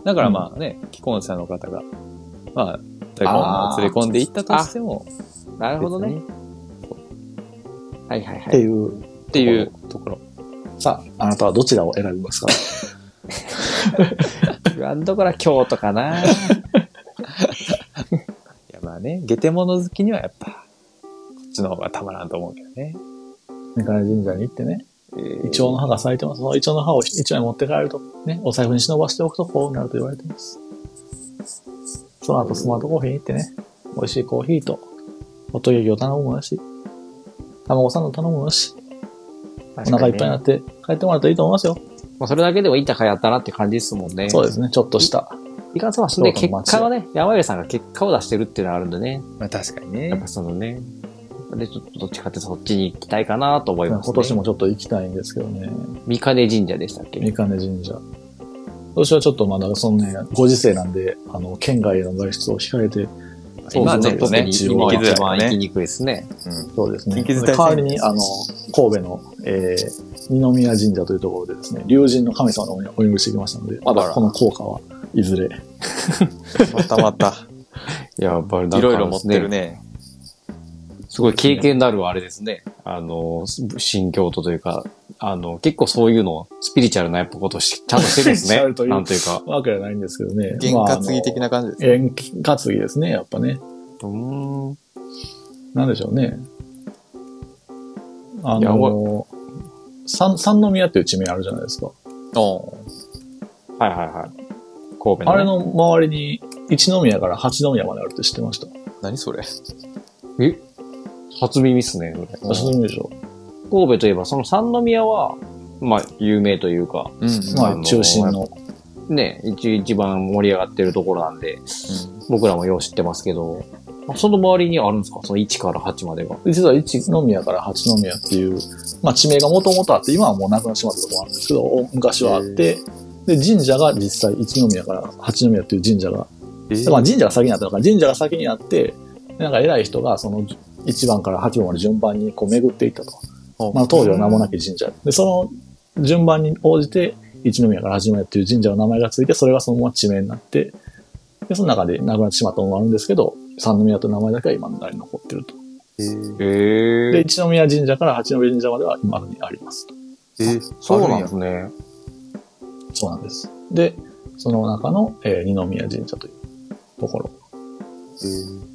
[SPEAKER 4] だからまあね、既婚者の方が、まあ、誰か女を連れ込んでいったとしても、
[SPEAKER 2] なる
[SPEAKER 4] ほどね。
[SPEAKER 2] はいはい
[SPEAKER 3] っ
[SPEAKER 2] は
[SPEAKER 3] て
[SPEAKER 2] い。
[SPEAKER 3] いう。
[SPEAKER 4] っていうところ。
[SPEAKER 3] さあ、あなたはどちらを選びますか
[SPEAKER 2] あんどこら京都かな
[SPEAKER 4] いやまあね、下手物好きにはやっぱ、こっちの方がたまらんと思うけどね。
[SPEAKER 3] 三金神社に行ってね、イチョウの葉が咲いてます。そのイチョウの葉を一枚持って帰ると、ね、お財布に忍ばしておくとこうなると言われてます。その後スマートコーヒーに行ってね、美味しいコーヒーと、ホットケーキを頼むもよし、卵サンド頼むもよし、お
[SPEAKER 2] お
[SPEAKER 3] 腹いっぱいになって帰ってもらったらいいと思いますよ。
[SPEAKER 2] まあ、それだけでもいい高いやったなって感じですもんね。
[SPEAKER 3] そうですね、ちょっとした。
[SPEAKER 2] いかんせんまあそれで結果はね、山上さんが結果を出してるっていうのはあるんでね。
[SPEAKER 4] まあ確かに
[SPEAKER 2] やっ
[SPEAKER 4] ね
[SPEAKER 2] ぱ。そのね。で、ちょっとどっちかってそっちに行きたいかなと思い
[SPEAKER 3] 今
[SPEAKER 2] ます、ね。
[SPEAKER 3] 年。もちょっと行きたいんですけどね、
[SPEAKER 2] 三金神社でしたっけ
[SPEAKER 3] 三金神社。今年はちょっとまだそのね、ご時世なんで、あの、県外への外出を控えて、
[SPEAKER 2] そう
[SPEAKER 4] ま
[SPEAKER 2] そ
[SPEAKER 4] あ
[SPEAKER 2] うそ
[SPEAKER 4] ちょ
[SPEAKER 2] う
[SPEAKER 4] っと
[SPEAKER 2] 特
[SPEAKER 4] ね
[SPEAKER 2] に
[SPEAKER 4] 行
[SPEAKER 2] 今は
[SPEAKER 4] きづらいよね
[SPEAKER 2] 一番行きにくいですね。
[SPEAKER 3] そうですね。
[SPEAKER 4] 緊急事態宣言
[SPEAKER 3] 代わりに、あの、神戸の、えー、二宮神社というところでですね、龍神の神様のおお祈りしてきましたので、まだこの効果はいずれ。
[SPEAKER 4] またまた、
[SPEAKER 2] いや、やっぱり
[SPEAKER 4] *laughs* いろいろ持ってる。ね。
[SPEAKER 2] すごい経験のあるあれですね。あの、新教徒というか、あの、結構そういうの、スピリチュアルなやっぱことをしちゃんとしてるんです
[SPEAKER 3] スピリチュア
[SPEAKER 2] ね
[SPEAKER 3] ルと。いう
[SPEAKER 2] なんというか。
[SPEAKER 3] わけじゃないんですけどね。
[SPEAKER 4] 験担ぎ的な感じです。
[SPEAKER 3] まあ。あの験担ぎですね、やっぱね。
[SPEAKER 2] うーん。
[SPEAKER 3] なんでしょうね。あ
[SPEAKER 2] いや
[SPEAKER 3] の、三、三宮っていう地名あるじゃないですか。
[SPEAKER 4] お
[SPEAKER 2] はいはいはい。神戸の、ね。
[SPEAKER 3] あれの周りに、一宮から八宮まであるって知ってました。
[SPEAKER 4] 何それ
[SPEAKER 2] え初耳っすね。
[SPEAKER 3] あ知ってるでしょ。
[SPEAKER 2] 神戸といえば、その三宮は、まあ、有名というか、
[SPEAKER 4] うん。
[SPEAKER 3] ま
[SPEAKER 2] あ
[SPEAKER 3] あ、
[SPEAKER 2] の
[SPEAKER 3] 中心の。
[SPEAKER 2] ね、一一番盛り上がってるところなんで、僕らもよう知ってますけど、あその周りにあるんですかその1から8までが。
[SPEAKER 3] 実は一宮から八宮っていう、まあ地名がもともとあって、今はもうなくなってしまったところもあるんですけど、昔はあって、で、神社が実際一宮から八宮っていう神社が、
[SPEAKER 4] え
[SPEAKER 3] まあ神社が先にあったのから、神社が先にあって、でなんか偉い人がその1番から8番まで順番にこう巡っていったと。まあ当時は名もなき神社。で、その順番に応じて、一宮から八宮っていう神社の名前がついて、それがそのまま地名になって、で、その中で亡くなってしまったのもあるんですけど、三宮という名前だけは今までに残ってると。
[SPEAKER 2] え
[SPEAKER 3] で、
[SPEAKER 2] え。
[SPEAKER 3] 一宮神社から八宮神社までは今までにありますと。
[SPEAKER 2] そうなんですね。
[SPEAKER 3] そうなんです。で、その中の、えー二宮神社というところ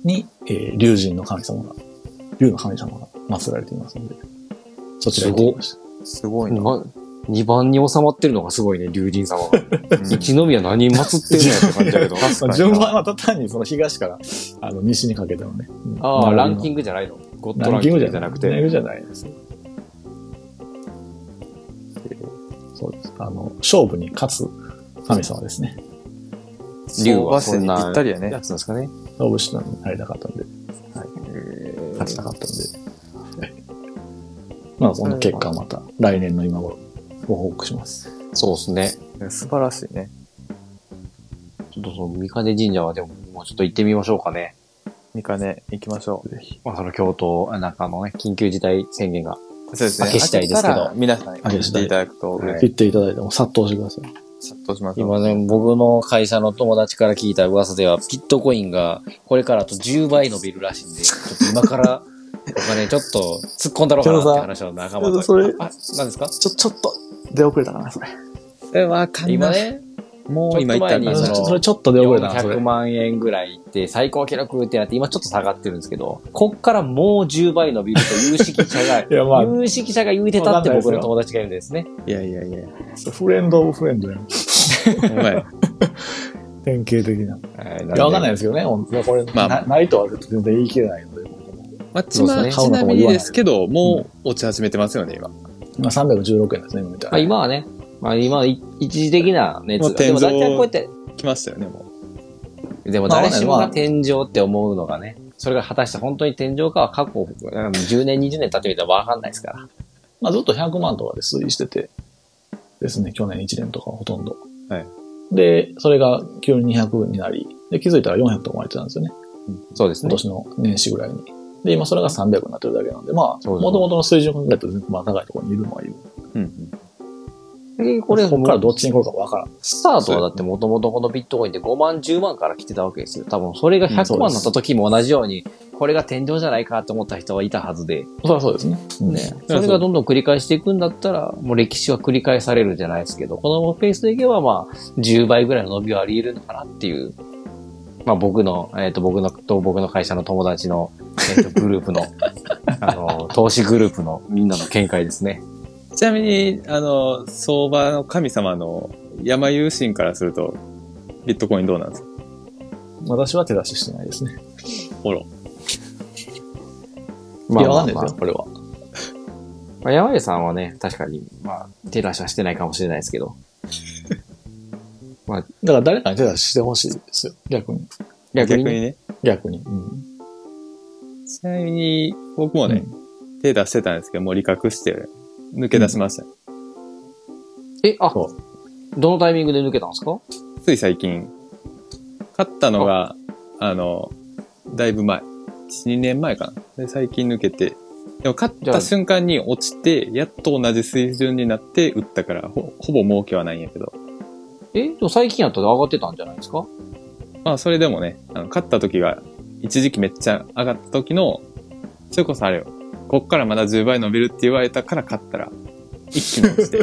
[SPEAKER 3] に、えー龍神の神様が、龍の神様が祀られていますので、そちらに行ってきました。
[SPEAKER 4] すごいな。
[SPEAKER 2] 2番に収まってるのがすごいね、竜神 *laughs* 様が。一
[SPEAKER 4] の
[SPEAKER 2] 宮何祀ってんのやって感じだけど。
[SPEAKER 3] まあ順番は単にその東からあの西にかけてのね。
[SPEAKER 2] *laughs* ああ、ランキ
[SPEAKER 3] グ。
[SPEAKER 2] ングじゃないの。ゴッド
[SPEAKER 3] ラ
[SPEAKER 2] ラ
[SPEAKER 3] ン
[SPEAKER 2] ン
[SPEAKER 3] キ
[SPEAKER 2] キ
[SPEAKER 3] ン
[SPEAKER 2] ン
[SPEAKER 3] グ
[SPEAKER 2] グ
[SPEAKER 3] じ
[SPEAKER 2] じ
[SPEAKER 3] ゃ
[SPEAKER 2] ゃ
[SPEAKER 3] な
[SPEAKER 2] な
[SPEAKER 3] く
[SPEAKER 2] く
[SPEAKER 3] て。ランキン
[SPEAKER 2] て。
[SPEAKER 3] グじゃないです。えーそうです。あの、勝負に勝つ神様ですね。
[SPEAKER 2] 竜
[SPEAKER 4] 竜は
[SPEAKER 2] は
[SPEAKER 4] そ
[SPEAKER 2] そ
[SPEAKER 4] ん
[SPEAKER 2] ん
[SPEAKER 4] な。
[SPEAKER 2] な
[SPEAKER 4] ぴったりやね。
[SPEAKER 2] やつなんですかね。
[SPEAKER 3] 勝負師になりたかったんで、勝ちたかったんで。まあ、その結果はまた来年の今頃、ご報告します。
[SPEAKER 2] そうですね。
[SPEAKER 4] 素晴らしいね。
[SPEAKER 2] ちょっとその三金神社はでも、もうちょっと行ってみましょうかね。
[SPEAKER 4] ミカネ、行きましょう。ぜひ。
[SPEAKER 2] まあその京都、あなんかあのね、緊急事態宣言が。
[SPEAKER 4] そうですね。
[SPEAKER 2] 明けしたいですけど
[SPEAKER 4] 明たら皆さん、
[SPEAKER 3] 明け
[SPEAKER 4] し
[SPEAKER 3] した
[SPEAKER 4] て
[SPEAKER 3] い
[SPEAKER 4] いただくと、
[SPEAKER 2] はい
[SPEAKER 3] 言っていただいても殺到してください。
[SPEAKER 4] 殺到します。
[SPEAKER 5] 今ね、僕の会社の友達から聞いた噂では、ビットコインがこれからあと10倍伸びるらしいんで、ちょっと今からお金ちょっと突っ込んだろうかなって話を仲間と。
[SPEAKER 3] それ、
[SPEAKER 5] あ、何ですか
[SPEAKER 3] ちょ、ちょっと出遅れたかな、それ。
[SPEAKER 4] え、わか
[SPEAKER 5] 今。ね、
[SPEAKER 4] もう
[SPEAKER 5] ちょ
[SPEAKER 4] 今
[SPEAKER 5] っと
[SPEAKER 4] 言った
[SPEAKER 5] 前
[SPEAKER 4] ん
[SPEAKER 5] にそ
[SPEAKER 4] だな
[SPEAKER 5] の
[SPEAKER 3] それちょっと出遅れたな、それ
[SPEAKER 2] 400。万円ぐらい行って、最高記録ってなって、今ちょっと下がってるんですけど、こっからもう10倍伸びると有識者が、
[SPEAKER 3] いや、まあ、
[SPEAKER 2] 有識者が言うてたって僕の友達がいるんですね。
[SPEAKER 4] いやいやいや。
[SPEAKER 3] フレンドオブフレンドやん。
[SPEAKER 4] ほ *laughs* んまや
[SPEAKER 3] 典型的な。
[SPEAKER 2] はい
[SPEAKER 3] いや、わかんないですけどね、本当これ、
[SPEAKER 4] まあ
[SPEAKER 3] なないとは全然言い切れないので、僕も
[SPEAKER 4] まあ、ち
[SPEAKER 3] そう
[SPEAKER 4] な
[SPEAKER 3] ですね
[SPEAKER 4] ちなみにですけど、もう落ち始めてますよね、今。
[SPEAKER 3] 今316円ですね、今みたい
[SPEAKER 2] まあ、今は
[SPEAKER 3] な。
[SPEAKER 2] ね、まあ、今はい一時的な熱
[SPEAKER 4] も
[SPEAKER 2] が。
[SPEAKER 4] う天
[SPEAKER 2] でも
[SPEAKER 4] 井
[SPEAKER 2] 大体こうやって、
[SPEAKER 4] 来ましたよね、も
[SPEAKER 2] でも誰しもが天井って思うのがね、それが果たして本当に天井かは過去、なんか10年、20年経ってみたらわかんないですから。
[SPEAKER 3] まあ、ずっと100万とかで推移してて、ですね、去年1年とかほとんど。
[SPEAKER 4] はい
[SPEAKER 3] で、それが急に200になり、で、気づいたら400とかまで行ってたんですよね。
[SPEAKER 2] そうです
[SPEAKER 3] 今
[SPEAKER 2] ね。
[SPEAKER 3] 年の年始ぐらいに。で、今それが300になってるだけなんで、まあ、
[SPEAKER 2] そうですね
[SPEAKER 3] もともとの水準を考えたら、まあ、高いところにいるのはいる。
[SPEAKER 4] う。うん。
[SPEAKER 2] えこれ、
[SPEAKER 3] ここからどっちに来るかわからん。
[SPEAKER 2] スタートはだってもともとこのビットコインで5万、10万から来てたわけですよ。多分それが100万になった時も同じように、これが天井じゃないかと思った人はいたはずで、
[SPEAKER 3] それはそうですね。
[SPEAKER 2] ね。それがどんどん繰り返していくんだったら、もう歴史は繰り返されるじゃないですけど、このペースでいけばまあ、10倍ぐらいの伸びはあり得るのかなっていう。まあ僕の、えっ、と僕の、と僕の会社の友達の、えっ、
[SPEAKER 3] *laughs*
[SPEAKER 2] とグループの、あの、投資グループのみんなの見解ですね。
[SPEAKER 4] ちなみに、あの、相場の神様の山優神からすると、ビットコインどうなんですか
[SPEAKER 3] うん私は手出ししてないですね。
[SPEAKER 4] ほら。
[SPEAKER 2] ま
[SPEAKER 3] いや、
[SPEAKER 2] ま
[SPEAKER 3] わかんない
[SPEAKER 2] ま
[SPEAKER 3] ですよ、これは。
[SPEAKER 2] まあ、山家さんはね、確かに、まあ、手出しはしてないかもしれないですけど。
[SPEAKER 3] だから誰かに手出ししてほしいですよ、逆に。
[SPEAKER 2] 逆
[SPEAKER 4] 逆
[SPEAKER 2] に
[SPEAKER 4] に
[SPEAKER 2] ね、
[SPEAKER 4] ね。
[SPEAKER 3] 逆に。うん。
[SPEAKER 4] ちなみに、僕もね、手出してたんですけど、もう理覚して、抜け出しました。
[SPEAKER 2] え、あ
[SPEAKER 3] そ、
[SPEAKER 2] どのタイミングで抜けたんですか
[SPEAKER 4] つい最近、買ったのが、あの、だいぶ前。1、2年前かな。で、最近抜けて。でも、買っ
[SPEAKER 2] じゃ
[SPEAKER 4] た
[SPEAKER 2] あ
[SPEAKER 4] 瞬間に落ちて、やっと同じ水準になって売ったから、ほほぼ儲けはないんやけど。
[SPEAKER 2] え、でも最近やったら上がってたんじゃないですか
[SPEAKER 4] まあ、それでもね、あの買った時が、一時期めっちゃ上がった時の、それこそあれよ。こっからまだ10倍伸びるって言われたから買ったら、一気に落ちて。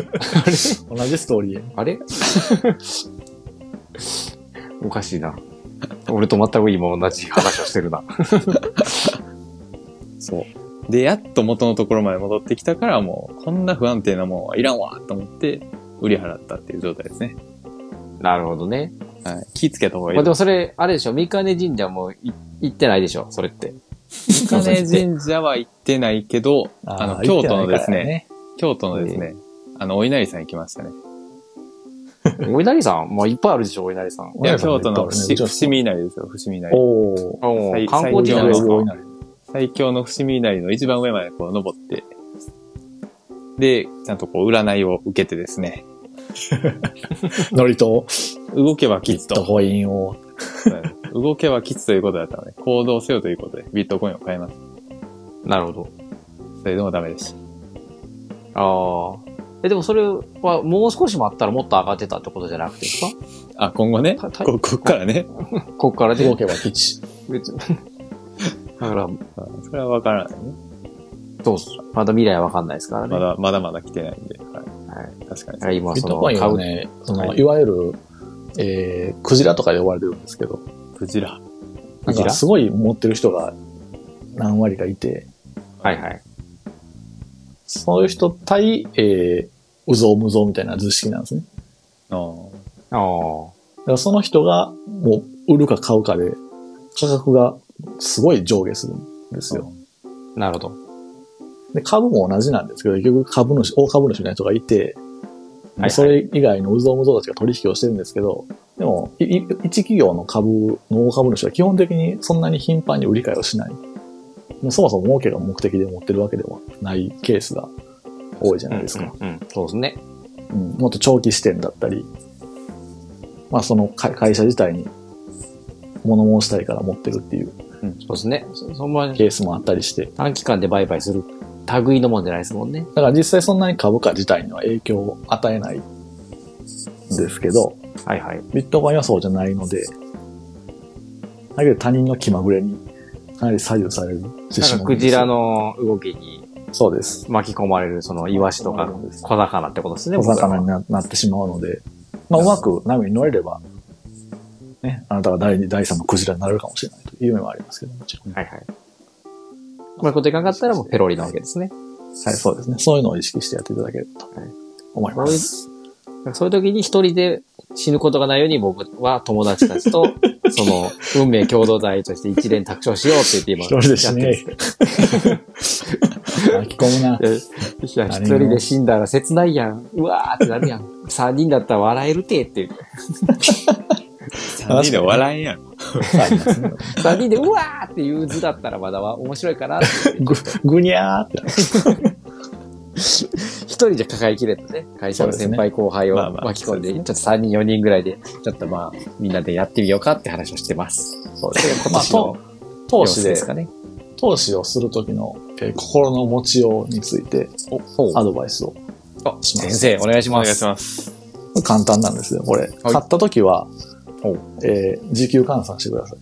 [SPEAKER 3] 同じストーリーで。
[SPEAKER 2] あれ *laughs* おかしいな。俺と全く今同じ話をしてるな。
[SPEAKER 4] そう。で、やっと元のところまで戻ってきたから、もう、こんな不安定なもんはいらんわと思って、売り払ったっていう状態ですね。
[SPEAKER 2] *laughs* なるほどね。
[SPEAKER 4] はい。気ぃつけた方がいい
[SPEAKER 2] まあ、で。もそれ、あれでしょ、三金神社もい行ってないでしょ、それって。
[SPEAKER 4] 金神社は行ってないけど、あの、京都のですね、。京都のですね、あの、お稲荷さん行きましたね。
[SPEAKER 2] お稲荷さん、 *laughs* もういっぱいあるでしょ、お稲荷さん。
[SPEAKER 4] いや、京都の
[SPEAKER 3] 伏
[SPEAKER 4] 伏
[SPEAKER 3] 見
[SPEAKER 4] 伏見稲荷ですよ、伏見稲荷。
[SPEAKER 3] おー。
[SPEAKER 2] もう
[SPEAKER 4] 最
[SPEAKER 2] 観光地じゃないです
[SPEAKER 4] 最
[SPEAKER 2] か
[SPEAKER 4] 上。最強の伏見稲荷の一番上までこう登って、で、ちゃんとこう占いを受けてですね、
[SPEAKER 3] ノリと、
[SPEAKER 4] 動けば
[SPEAKER 3] き
[SPEAKER 4] 吉
[SPEAKER 3] っと
[SPEAKER 4] と。
[SPEAKER 3] コインを。
[SPEAKER 4] 動けば吉ということだったので、行動せよということで、ビットコインを買います。
[SPEAKER 2] なるほど。
[SPEAKER 4] それでもダメでした。
[SPEAKER 2] ああ。え、でもそれはもう少し待ったらもっと上がってたってことじゃなくてですか
[SPEAKER 4] あ、今後ね、
[SPEAKER 2] た
[SPEAKER 4] こ、
[SPEAKER 2] た
[SPEAKER 4] ここっからね。
[SPEAKER 2] こっから
[SPEAKER 3] 動
[SPEAKER 2] で。
[SPEAKER 3] けば吉。
[SPEAKER 2] 別に *laughs* だから、
[SPEAKER 4] あそれはわからないね。
[SPEAKER 2] そうっす。まだ未来はわかんないですからね。
[SPEAKER 4] まだ、まだまだ来てないんで。はい。確かに
[SPEAKER 2] だか。ら今
[SPEAKER 3] ビ
[SPEAKER 2] そ
[SPEAKER 3] ット
[SPEAKER 2] の、
[SPEAKER 3] コイン
[SPEAKER 2] 買
[SPEAKER 3] は
[SPEAKER 2] う。
[SPEAKER 3] ね、その、、
[SPEAKER 2] はい
[SPEAKER 3] わゆる、えー、クジラとかで呼ばれてるんですけど、
[SPEAKER 4] クジラ。
[SPEAKER 3] なんかすごい持ってる人が何割かいて、
[SPEAKER 2] はいはい。
[SPEAKER 3] そういう人対、えー、うぞうむぞうみたいな図式なんですね。
[SPEAKER 4] あー
[SPEAKER 2] ああ。
[SPEAKER 3] だからその人がもう売るか買うかで価格がすごい上下するんですよ。
[SPEAKER 2] なるほど。
[SPEAKER 3] で、株も同じなんですけど、結局株主、大株主みたいな人がいて、
[SPEAKER 2] はい
[SPEAKER 3] それ以外のうぞうむぞうたちが取引をしてるんですけど、でも、いい一企業の株の大株主は基本的にそんなに頻繁に売り買いをしない。もうそもそも儲けが目的で持ってるわけではないケースが多いじゃないですか。
[SPEAKER 2] うんうん、うんそうですね。
[SPEAKER 3] うんもっと長期視点だったり、まあその会会社自体に物申したいから持ってるっていう
[SPEAKER 2] そうですね。そそんな
[SPEAKER 3] ケースもあったりして、
[SPEAKER 2] 短期間で売買する類のもんじゃないですもんね。
[SPEAKER 3] だから実際そんなに株価自体には影響を与えないんですけど、
[SPEAKER 2] はいはい。
[SPEAKER 3] ビットコインはそうじゃないので、だけど他人の気まぐれにかなり左右されるしてし
[SPEAKER 2] な
[SPEAKER 3] ま
[SPEAKER 2] んか
[SPEAKER 3] う
[SPEAKER 2] ク
[SPEAKER 3] んです
[SPEAKER 2] ジ
[SPEAKER 3] よ
[SPEAKER 2] ラの動きに
[SPEAKER 3] そうです。
[SPEAKER 2] 巻き込まれる、その、イワシとか小魚ってことですね、
[SPEAKER 3] お
[SPEAKER 2] 僕ら
[SPEAKER 3] 魚
[SPEAKER 2] は
[SPEAKER 3] にななってしまうので、まあ、うまく波に乗れれば、ね、あなたが第2、第3のクジラになれるかもしれないという夢もありますけど、もちろん。
[SPEAKER 2] はいはい。まあ、こといかんかったらもうペロリなわけですね。
[SPEAKER 3] はい、そうですね。そういうのを意識してやっていただけると
[SPEAKER 2] はい
[SPEAKER 3] 思います。
[SPEAKER 2] そういう時に一人で死ぬことがないように僕は友達たちと、そ
[SPEAKER 3] *laughs*
[SPEAKER 2] の、運命共同体として一連卓上しようって言って今、
[SPEAKER 3] 一人で死ねえ。巻き込むな。
[SPEAKER 2] えいや、一人で死んだら切ないやん。うわーってなるやん。 *laughs* 三人だったら笑えるてって。
[SPEAKER 4] 3人で笑えんやろ。
[SPEAKER 3] ありますね
[SPEAKER 2] 三人でうわーっていう図だったらまだは面白いかなって。
[SPEAKER 3] ぐ、ぐにゃーって。
[SPEAKER 2] 一人じゃ抱えきれたね。会社の先輩後輩を
[SPEAKER 4] まあまあ
[SPEAKER 2] 巻き込んで、
[SPEAKER 4] そうですね
[SPEAKER 2] ちょっと三人四人ぐらいで、ちょっとまあ、みんなでやってみようかって話をしてます。そうですね。今
[SPEAKER 3] まあ
[SPEAKER 2] 年の
[SPEAKER 3] と投
[SPEAKER 2] 様
[SPEAKER 3] 資
[SPEAKER 2] 子
[SPEAKER 3] で
[SPEAKER 2] です、かね。
[SPEAKER 3] 投資をするときの、えー心の持ちようについて、
[SPEAKER 2] そう
[SPEAKER 3] アドバイスを
[SPEAKER 2] あ
[SPEAKER 3] しま
[SPEAKER 2] 先
[SPEAKER 3] す。
[SPEAKER 2] 生、お願いし
[SPEAKER 4] お願
[SPEAKER 2] ま
[SPEAKER 4] い
[SPEAKER 2] す。
[SPEAKER 4] します。
[SPEAKER 3] 簡単なんですよ、これ。買ったときは、えー時給換算してください。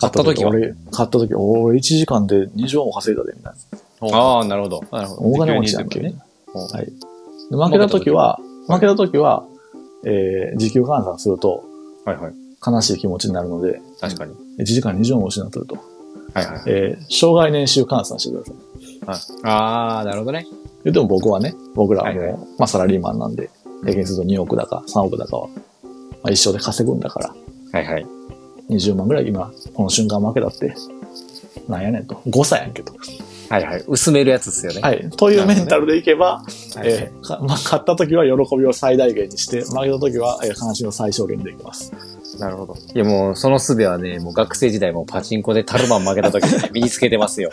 [SPEAKER 3] 買ったとき
[SPEAKER 2] 時は
[SPEAKER 3] 俺、買ったとき、俺1時間で20万も稼いだで、みたいな。
[SPEAKER 2] ああ、なるほど。
[SPEAKER 4] なるほど。
[SPEAKER 3] 大金持ちなんだ
[SPEAKER 4] 時給
[SPEAKER 3] よ
[SPEAKER 4] 20
[SPEAKER 3] ね
[SPEAKER 4] 万。
[SPEAKER 3] はい。で負けたときは、負けたときは、えー時給換算すると
[SPEAKER 2] はいはい。
[SPEAKER 3] 悲しい気持ちになるので、
[SPEAKER 2] 確かに。
[SPEAKER 3] 1時間20万も失ってると。
[SPEAKER 2] はいはい。
[SPEAKER 3] えー障害年収換算してください。
[SPEAKER 2] ああ、なるほどね。
[SPEAKER 3] 言っても僕はね、僕らはもう、
[SPEAKER 2] はいは
[SPEAKER 3] まあサラリーマンなんで、平均すると2億だか3億だかは、まあ、一生で稼ぐんだから、
[SPEAKER 2] はいはい。
[SPEAKER 3] 20万ぐらい今、この瞬間負けだって、なんやねんと。誤差やんけと。
[SPEAKER 2] はいはい。薄めるやつですよね。
[SPEAKER 3] はい。というメンタルでいけば、
[SPEAKER 2] はい
[SPEAKER 3] えーかまあ、 *laughs* 買った時は喜びを最大限にして、負けた時は、えー悲しみを最小限にでき
[SPEAKER 2] *laughs*
[SPEAKER 3] ます。
[SPEAKER 2] なるほど。いやもう、その術はね、もう学生時代もパチンコでタルマン負けた時に身につけてますよ。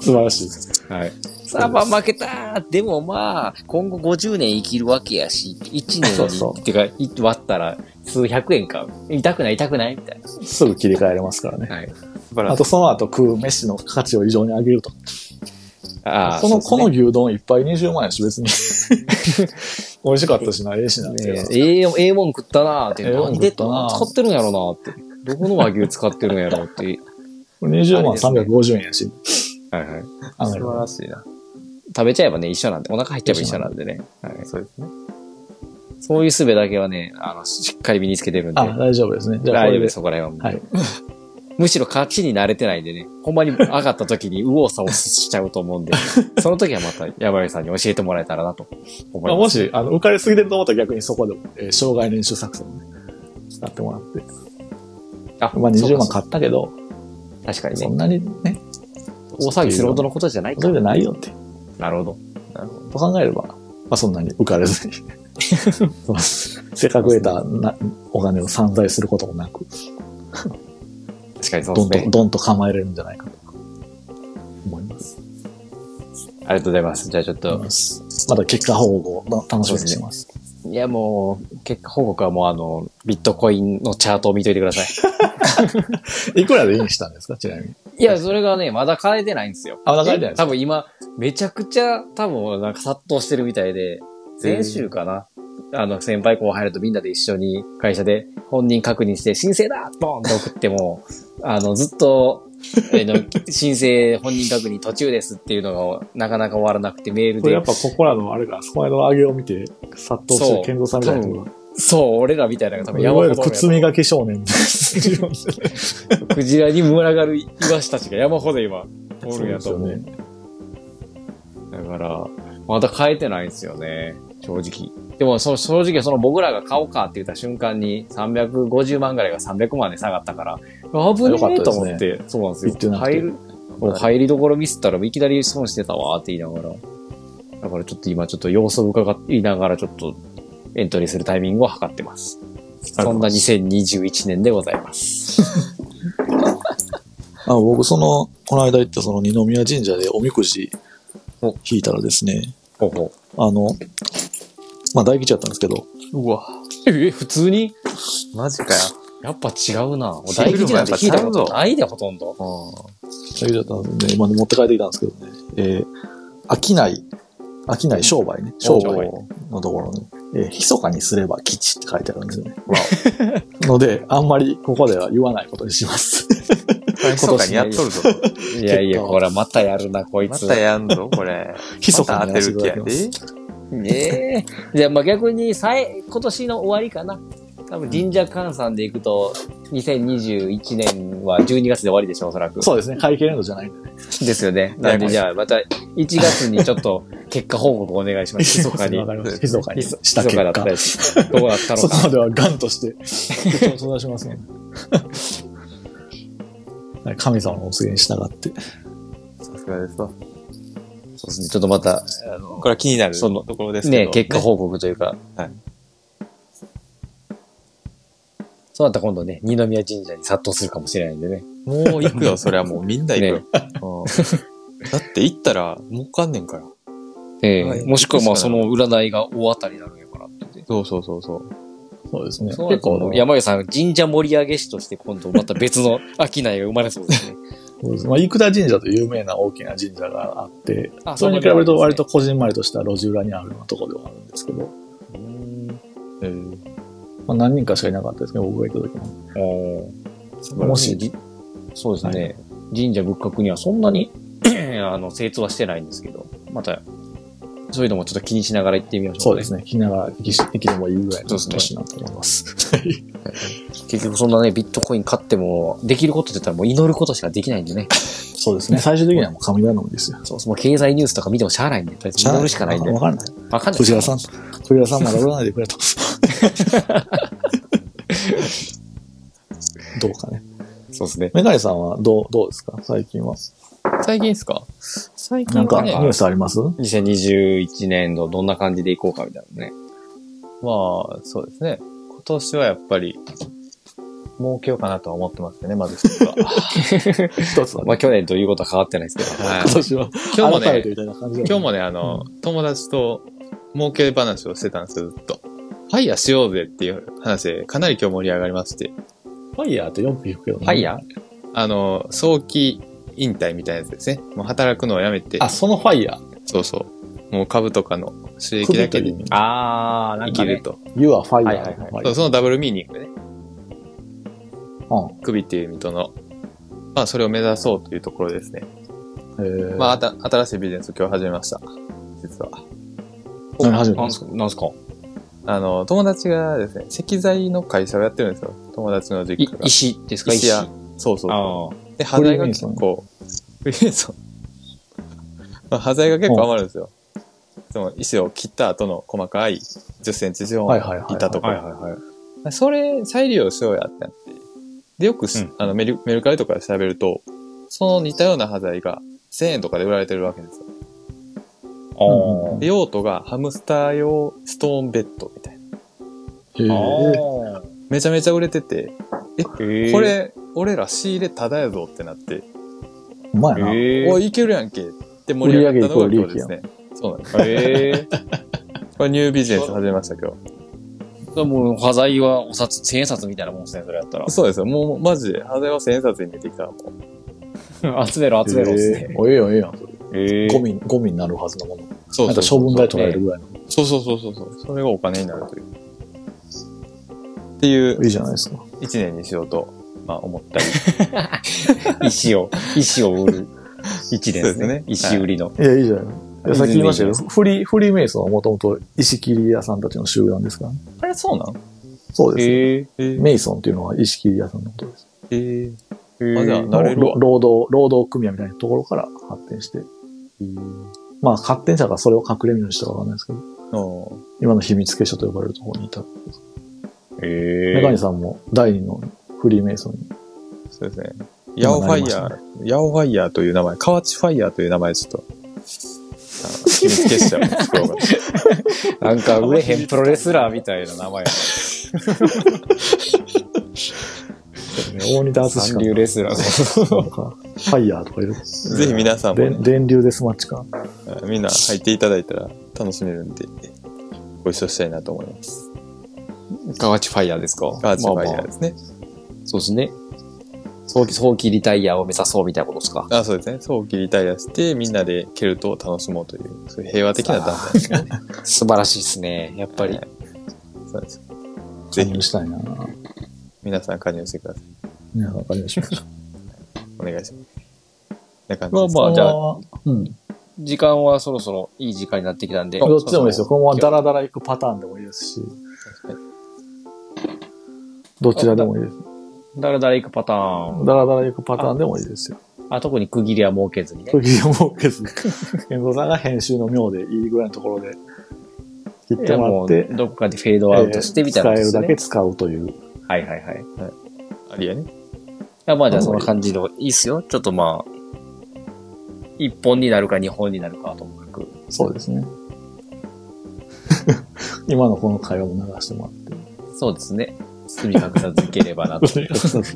[SPEAKER 3] 素晴らしいです。
[SPEAKER 2] はい。サーバー負けたでもまあ、今後50年生きるわけやし、1年
[SPEAKER 3] そうそう
[SPEAKER 2] に、てか、い割ったら数百円か。痛くない痛くないみたい
[SPEAKER 3] すぐ切り替えれますからね。
[SPEAKER 2] な。はい。
[SPEAKER 4] 素晴らし
[SPEAKER 3] あ
[SPEAKER 4] い
[SPEAKER 3] と、その後食う飯の価値を異常に上げると。
[SPEAKER 2] ああ、
[SPEAKER 3] この、
[SPEAKER 2] そ
[SPEAKER 3] こ
[SPEAKER 2] う
[SPEAKER 3] の牛丼いっぱい20万や
[SPEAKER 2] *laughs*
[SPEAKER 3] し、別に。美味しかったしな、ええしな。
[SPEAKER 2] ですねええええもん食ったなーって。
[SPEAKER 3] ええも
[SPEAKER 2] 何
[SPEAKER 3] ん食
[SPEAKER 2] で
[SPEAKER 3] ったなー
[SPEAKER 2] 使ってるんやろうなーって。どこの和牛使ってるんやろう
[SPEAKER 3] *laughs*
[SPEAKER 2] って。
[SPEAKER 3] 20万
[SPEAKER 2] あれ
[SPEAKER 3] 350円やし。
[SPEAKER 2] はいはい。
[SPEAKER 3] あ
[SPEAKER 4] 素晴
[SPEAKER 3] の
[SPEAKER 4] らしいな。
[SPEAKER 2] 食べちゃえばね、一緒なんで、お腹入っちゃえば一緒なんでね。はい。
[SPEAKER 4] そうですね。
[SPEAKER 2] そういう術だけはね、あの、しっかり身につけてるんで。
[SPEAKER 3] あ、大丈夫ですね。じゃあ、
[SPEAKER 2] 大
[SPEAKER 3] こ
[SPEAKER 2] 丈夫
[SPEAKER 3] れで
[SPEAKER 2] です、。そこら辺は
[SPEAKER 3] は
[SPEAKER 2] も。
[SPEAKER 3] いう
[SPEAKER 2] むしろ勝ちに慣れてないんでね、ほんまに上がった時に右往左往しちゃうと思うんで、その時はまた山上さんに教えてもらえたらなと思
[SPEAKER 3] まあ、
[SPEAKER 2] い
[SPEAKER 3] も
[SPEAKER 2] ます。
[SPEAKER 3] し、あの、浮かれすぎてると思ったら逆にそこでも、えー障害練習作戦をね、使ってもらって。
[SPEAKER 2] あ、
[SPEAKER 3] まあ、20万
[SPEAKER 2] か。
[SPEAKER 3] 買ったけど、
[SPEAKER 2] 確かに
[SPEAKER 3] そ
[SPEAKER 2] ね
[SPEAKER 3] ん。なにね、
[SPEAKER 2] 大騒ぎするほどのことじゃない
[SPEAKER 3] そ
[SPEAKER 2] か
[SPEAKER 3] れ。じゃないよって、
[SPEAKER 2] なるほど。
[SPEAKER 3] *laughs* と考えれば、まあ、そんなに浮かれずにせっかく得たなお金を散財することもなく、
[SPEAKER 2] 確かにそうで
[SPEAKER 3] ど
[SPEAKER 2] す
[SPEAKER 3] んと、
[SPEAKER 2] ね。
[SPEAKER 3] どんと構えれるんじゃないかと思います。
[SPEAKER 2] ありがとうございます。じゃあちょっと、
[SPEAKER 3] まだ結果報告を楽しみにしてます。
[SPEAKER 2] いやもう、結果報告はもうあの、ビットコインのチャートを見といてくださ
[SPEAKER 3] *laughs*
[SPEAKER 2] い。
[SPEAKER 3] いくらでインしたんですかちなみに。
[SPEAKER 2] いや、それがね、まだ変えてないんですよ。
[SPEAKER 3] あ、まだ書いてないです
[SPEAKER 2] 多分今、めちゃくちゃ、多分なんか殺到してるみたいで、前週かな。あの、先輩後輩らとみんなで一緒に会社で本人確認して、申請だボンって送っても、あの、ずっと、えーの申請本人確認途中ですっていうのがなかなか終わらなくてメール
[SPEAKER 3] これや
[SPEAKER 2] で
[SPEAKER 3] っ、ぱここらのあれか、そこらの上げを見て、殺到して
[SPEAKER 2] そう
[SPEAKER 3] る健三さんみたいなのが。
[SPEAKER 2] そう、俺らみたいなのが多分
[SPEAKER 3] い
[SPEAKER 2] 山
[SPEAKER 3] わゆ
[SPEAKER 2] ほ
[SPEAKER 3] る
[SPEAKER 2] ど
[SPEAKER 3] 靴磨き少年みたいな。
[SPEAKER 2] クジラに群がるイワシたちが山ほど今、お
[SPEAKER 3] そ
[SPEAKER 2] る
[SPEAKER 3] うん
[SPEAKER 2] や
[SPEAKER 3] です
[SPEAKER 2] と
[SPEAKER 3] よ
[SPEAKER 2] 思う。
[SPEAKER 3] ね。
[SPEAKER 2] だから、まだ変えてないんですよね。正直。でも、その正直、その僕らが買おうかって言った瞬間に、350万ぐらいが300万で下がったから、危ねえと思って、そうなんですよ。
[SPEAKER 3] 言ってなくて
[SPEAKER 2] 入る、もう入りどころミスったら、いきなり損してたわって言いながら。だからちょっと今、ちょっと様子を伺いながら、ちょっとエントリーするタイミングを測ってます。そんな2021年でございます。
[SPEAKER 3] あ僕、その、この間行ったその二宮神社でおみくじ
[SPEAKER 2] お
[SPEAKER 3] 引いたらですね、
[SPEAKER 2] ほうほ
[SPEAKER 3] あの、まあ大吉だったんですけど、
[SPEAKER 2] う。うわ。え、普通に
[SPEAKER 4] マジかよ。
[SPEAKER 2] やっぱ違うな。
[SPEAKER 4] シ
[SPEAKER 2] 大
[SPEAKER 4] ール
[SPEAKER 2] 吉
[SPEAKER 4] も
[SPEAKER 2] なん
[SPEAKER 4] やってぱ
[SPEAKER 2] 聞いたこ
[SPEAKER 4] ちゃう
[SPEAKER 2] と
[SPEAKER 4] ぞ
[SPEAKER 2] ないで、ほとんど。
[SPEAKER 3] 大吉だったんで、今持って帰ってきたんですけどね、えー、商い、商い商売ね、商売のところに、えー、密かにすれば吉って書いてあるんですよね。 *laughs* ので、あんまりここでは言わないことにし *laughs* ます。
[SPEAKER 4] 密かにやっとるぞ。
[SPEAKER 2] いやいや、これまたやるな、こい
[SPEAKER 4] ま
[SPEAKER 2] つ。
[SPEAKER 4] たやんぞ、これ。
[SPEAKER 3] 密
[SPEAKER 4] ま
[SPEAKER 3] か
[SPEAKER 4] た
[SPEAKER 3] にや
[SPEAKER 4] 当て
[SPEAKER 3] らせて
[SPEAKER 4] る
[SPEAKER 3] い
[SPEAKER 4] 気
[SPEAKER 3] ただきま。す。
[SPEAKER 4] やで
[SPEAKER 2] ねえ。 *laughs* じゃあ、まあ逆に、さい、今年の終わりかな。多分神社換算でいくと、2021年は12月で終わりでしょ、おそらく。
[SPEAKER 3] そうですね、会計エンドじゃないん *laughs* でね。
[SPEAKER 2] ですよね。なんで、じゃあ、また1月にちょっと、結果報告お願いし
[SPEAKER 3] *laughs*
[SPEAKER 2] ます。密かに
[SPEAKER 3] わ。かりました密かに
[SPEAKER 2] 密
[SPEAKER 3] した
[SPEAKER 2] 密
[SPEAKER 3] 結
[SPEAKER 2] かだった
[SPEAKER 3] 果。
[SPEAKER 2] りしてどうだった
[SPEAKER 3] そ
[SPEAKER 2] の
[SPEAKER 3] こ
[SPEAKER 2] か。
[SPEAKER 3] まではガンと
[SPEAKER 2] *laughs*
[SPEAKER 3] して、 *laughs* 相談しますね。神様のお告げに従って。
[SPEAKER 4] さすがです
[SPEAKER 2] そ
[SPEAKER 4] わ。
[SPEAKER 2] うですね。ちょっとまた、
[SPEAKER 4] これは気になる
[SPEAKER 2] その
[SPEAKER 4] ところですけど。
[SPEAKER 2] ね、結果報告というか。
[SPEAKER 4] はい
[SPEAKER 2] そうなったら今度ね、二宮神社に殺到するかもしれないんでね。
[SPEAKER 4] もう行くよ、それはもうみんな行くよ。うんだって行ったら儲かんねんから。
[SPEAKER 2] ええ
[SPEAKER 4] はい
[SPEAKER 2] もしくはまあその占いが大当たりなのやからって言って。
[SPEAKER 4] そうそうそうそう。
[SPEAKER 3] そうですね。
[SPEAKER 2] 結構、山上さん、神社盛り上げ師として今度また別の商いが生まれそうですね。
[SPEAKER 3] そうですまあ、生田神社という有名な大きな神社 *laughs* があって
[SPEAKER 2] あ、
[SPEAKER 3] それに比べると割とこじんまりとした路地裏にあるようなところではあるんですけど、
[SPEAKER 4] えー
[SPEAKER 3] まあ、何人かしかいなかったですね、僕が行った時も。
[SPEAKER 2] も
[SPEAKER 3] も
[SPEAKER 2] し
[SPEAKER 3] し、
[SPEAKER 2] じ、そうですね、神社仏閣にはそんなに *clears throat* あの精通はしてないんですけど、また、そういうのもちょっと気にしながら行ってみましょう、
[SPEAKER 3] そうです
[SPEAKER 2] ね。
[SPEAKER 3] ね、聞きながら行きでもいいぐらいの
[SPEAKER 2] そうです
[SPEAKER 3] 年なんだと思います。
[SPEAKER 2] 結局そんなね、ビットコイン買っても、できることって言ったらもう祈ることしかできないんでね。
[SPEAKER 3] そうですね、最終的にはもう神頼みですよ。
[SPEAKER 2] そうそう、もう経済ニュースとか見てもしゃあないんで、とりあえず祈るしかないんで。
[SPEAKER 3] わかんない。
[SPEAKER 2] わかんない。
[SPEAKER 3] 藤原さん、藤原さんなら売らないでくれと。どうかね。
[SPEAKER 2] そうですね。
[SPEAKER 3] メガネさんはどう、どうですか最近は。
[SPEAKER 4] 最近ですか最近
[SPEAKER 3] なんか、
[SPEAKER 4] は
[SPEAKER 3] ニ
[SPEAKER 4] ね、
[SPEAKER 3] ュースあります
[SPEAKER 2] 2021年度どんな感じでいこうかみたいなね。
[SPEAKER 4] まあ、そうですね。今年はやっぱり、儲けようかなとは思ってますよね、まず一つは。
[SPEAKER 3] 一つはね。
[SPEAKER 2] まあ去年ということは変わってないですけど。
[SPEAKER 4] はい
[SPEAKER 3] 今年は、
[SPEAKER 4] 今日も
[SPEAKER 3] 改め
[SPEAKER 4] ね
[SPEAKER 3] て、みたいな感じ
[SPEAKER 4] 今日もね、あの、友達と儲け話をしてたんですよ、ずっと。ファイヤーしようぜっていう話で、かなり今日盛り上がりまして、
[SPEAKER 3] ファイヤーって4匹吹くけどね
[SPEAKER 2] ファイヤー
[SPEAKER 4] あの、早期引退みたいなやつですね。もう働くのをやめて、
[SPEAKER 3] あ、そのファイヤー。
[SPEAKER 4] そうそう。もう株とかの収益だ
[SPEAKER 3] 首と
[SPEAKER 4] け
[SPEAKER 3] いう
[SPEAKER 4] で
[SPEAKER 3] 意味。
[SPEAKER 2] あー、な
[SPEAKER 4] 生きる。と。
[SPEAKER 3] You are fire.
[SPEAKER 2] はいはいはい
[SPEAKER 4] そうそのダブルミーニングね。
[SPEAKER 3] う
[SPEAKER 4] 首っていう意味との、まあそれを目指そうというところですね。
[SPEAKER 3] ん。えー、
[SPEAKER 4] まあ、あた新しいビジネスを今日始めました。実は。
[SPEAKER 3] 何始め
[SPEAKER 2] な
[SPEAKER 3] た
[SPEAKER 2] んん
[SPEAKER 3] です
[SPEAKER 2] かなんすか
[SPEAKER 4] あの、友達がですね、石材の会社をやってるんですよ。友達の実
[SPEAKER 2] い
[SPEAKER 4] 家が。
[SPEAKER 2] 石ですか
[SPEAKER 4] 石
[SPEAKER 2] 石。
[SPEAKER 4] 屋
[SPEAKER 2] あ
[SPEAKER 4] そうそうそう。
[SPEAKER 2] あー。
[SPEAKER 4] で、端材
[SPEAKER 3] フリー
[SPEAKER 4] が
[SPEAKER 3] メイ
[SPEAKER 4] 結
[SPEAKER 3] ソン
[SPEAKER 4] 構、 *laughs* フリーメイソンまあ端材が結構余るんですよ。その石を切った後の細かい10センチ四
[SPEAKER 3] はい
[SPEAKER 4] 方
[SPEAKER 3] はいはいはい
[SPEAKER 4] の板とか。
[SPEAKER 2] いはいはい。
[SPEAKER 4] それ再利用しようやってなって。で、よくし、
[SPEAKER 2] うん
[SPEAKER 4] あのメルメルカリとかで調べると、その似たような端材が1000円とかで売られてるわけですよ。
[SPEAKER 3] うん
[SPEAKER 4] で用途がハムスター用ストーンベッドみたいな。
[SPEAKER 3] へえ。
[SPEAKER 4] めちゃめちゃ売れてて、
[SPEAKER 1] え
[SPEAKER 4] こ、れ、俺ら仕入れただやぞってなって、
[SPEAKER 3] うまいな。
[SPEAKER 1] え
[SPEAKER 4] おい、いけるやんけって盛り上がったのが今日ですね。そうなんです。
[SPEAKER 1] えー、
[SPEAKER 4] これニュービジネス始めました今日。。
[SPEAKER 2] もう、端材はお札、千円札みたいなもんですね、それやったら
[SPEAKER 4] そうですよ。もうマジで、ハゼは千円札に出てきたらもう。
[SPEAKER 2] 集めろ、集めろっつって。
[SPEAKER 3] ええおええやん、ええやん。それ
[SPEAKER 1] え
[SPEAKER 3] ゴミ、ゴミになるはずのもの。
[SPEAKER 4] そ
[SPEAKER 3] なんか処分代取られるぐらいの。
[SPEAKER 4] そうそうそうそうそう。それがお金になるという。っていう
[SPEAKER 3] いいじゃないですか。
[SPEAKER 4] 一年にしようと、まあ思ったり。
[SPEAKER 2] 石を、石を売る。石で
[SPEAKER 4] そうですすね
[SPEAKER 2] ね。石売りの。
[SPEAKER 3] いや、いいじゃないいやさっき言いまし
[SPEAKER 2] 全然いいじゃ
[SPEAKER 3] たけ
[SPEAKER 2] ないです
[SPEAKER 3] ど、フリー、フリーメイソンはもともと石切り屋さんたちの集団ですからね。
[SPEAKER 4] あれそうなん
[SPEAKER 3] そうです。
[SPEAKER 4] ええー。
[SPEAKER 3] メイソンっていうのは石切り屋さんのことです。
[SPEAKER 4] えーあじゃあ、なれる
[SPEAKER 3] の
[SPEAKER 4] わ。
[SPEAKER 3] 労働、労働組合みたいなところから発展して。まあ、発展者がそれを隠れみのしたかわかんないですけど、
[SPEAKER 4] うん
[SPEAKER 3] 今の秘密結社と呼ばれるところにいた。
[SPEAKER 4] え
[SPEAKER 3] メガニさんも第二のフリーメイソンに。
[SPEAKER 4] そうですね。ヤオファイヤ
[SPEAKER 3] な
[SPEAKER 4] ー、ヤオファイヤーという名前、河内ファイヤーという名前ちょっと、あの秘密結社を作ろうか
[SPEAKER 2] な
[SPEAKER 4] な。
[SPEAKER 2] んか、売れへんプロレスラーみたいな名前。
[SPEAKER 3] 大仁田敦史
[SPEAKER 2] 三流レスラー。
[SPEAKER 3] か、なんか、ファイヤーとかいる。
[SPEAKER 4] ぜひ皆さんも
[SPEAKER 3] で
[SPEAKER 4] ね、
[SPEAKER 3] 電流デスマッチか。
[SPEAKER 4] みんな入っていただいたら楽しめるんで、ご一緒したいなと思います。
[SPEAKER 2] 河内ファイヤーですか
[SPEAKER 4] 河内ファイヤ
[SPEAKER 2] まあ
[SPEAKER 4] ー
[SPEAKER 2] ま
[SPEAKER 4] ですね。
[SPEAKER 2] あそうですね。早期、早期リタイヤを目指そうみたいなことですか。
[SPEAKER 4] あそうですね。早期リタイアして、みんなでケルトを楽しもうという、そういう平和的な団体で
[SPEAKER 2] *laughs*
[SPEAKER 4] すね。
[SPEAKER 2] 素晴らしいですね。やっぱり
[SPEAKER 4] は。いそうです。
[SPEAKER 3] 加
[SPEAKER 4] ぜひ
[SPEAKER 3] 入したいな
[SPEAKER 4] 皆さん加入してください。
[SPEAKER 3] いや、わかりました。
[SPEAKER 4] お願いします。な感じ
[SPEAKER 2] まあ
[SPEAKER 4] です。
[SPEAKER 2] まあ、じゃあ、
[SPEAKER 3] あ、うん。
[SPEAKER 2] 時間はそろそろいい時間になってきたんで。
[SPEAKER 3] どっちでもいいですよ。
[SPEAKER 2] そ
[SPEAKER 3] このままダラダラ行くパターンでもいいですし。どちらでもいいです。
[SPEAKER 2] ろだらだら行くパターン。
[SPEAKER 3] ダラダラ行くパターンでもいいです
[SPEAKER 2] *laughs*
[SPEAKER 3] よ。
[SPEAKER 2] あ、特に区切りは設けずにね。
[SPEAKER 3] 時を設けず、遠藤さんが編集の妙でいいぐらいのところで切っ
[SPEAKER 2] い
[SPEAKER 3] て
[SPEAKER 2] や
[SPEAKER 3] もら
[SPEAKER 2] も
[SPEAKER 3] って
[SPEAKER 2] う、、どこかでフェードアウトしてみたいなこと
[SPEAKER 3] えー
[SPEAKER 2] で
[SPEAKER 3] 使
[SPEAKER 2] す
[SPEAKER 3] え
[SPEAKER 2] ね
[SPEAKER 3] るだけ使うという。
[SPEAKER 2] はいはいはい。
[SPEAKER 4] ありやね。
[SPEAKER 2] あまあじゃあその感じの、いいっすよ。ちょっとまあ、一本になるか二本になるかはともかく。
[SPEAKER 3] そうですね。 *laughs* 今のこの会話も流しても
[SPEAKER 2] *laughs* そうですね。包み隠さずいければな
[SPEAKER 3] ら
[SPEAKER 2] と
[SPEAKER 3] *laughs* っ。て。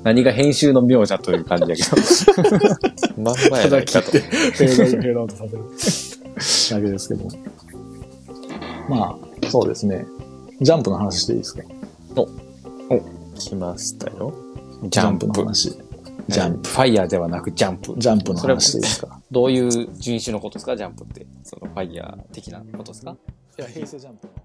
[SPEAKER 2] 何が編集の妙じゃという感じだけ
[SPEAKER 3] *laughs*
[SPEAKER 2] ど。
[SPEAKER 4] まんまやないかと。
[SPEAKER 3] フェードイン、フェードアウトさせるだけですけど。まあ、そうですね。ジャンプの話していいですか
[SPEAKER 4] 来ましたよ。
[SPEAKER 2] ジャン
[SPEAKER 3] プ
[SPEAKER 2] プ
[SPEAKER 3] の。話。ジャンプ。
[SPEAKER 2] ファイヤーではなくジャンプ。
[SPEAKER 3] ジャンプの
[SPEAKER 2] それは
[SPEAKER 3] 話ですか。
[SPEAKER 2] どういう人種のことですかジャンプって。そのファイヤー的なことですか
[SPEAKER 3] いや、平成ジャンプの話。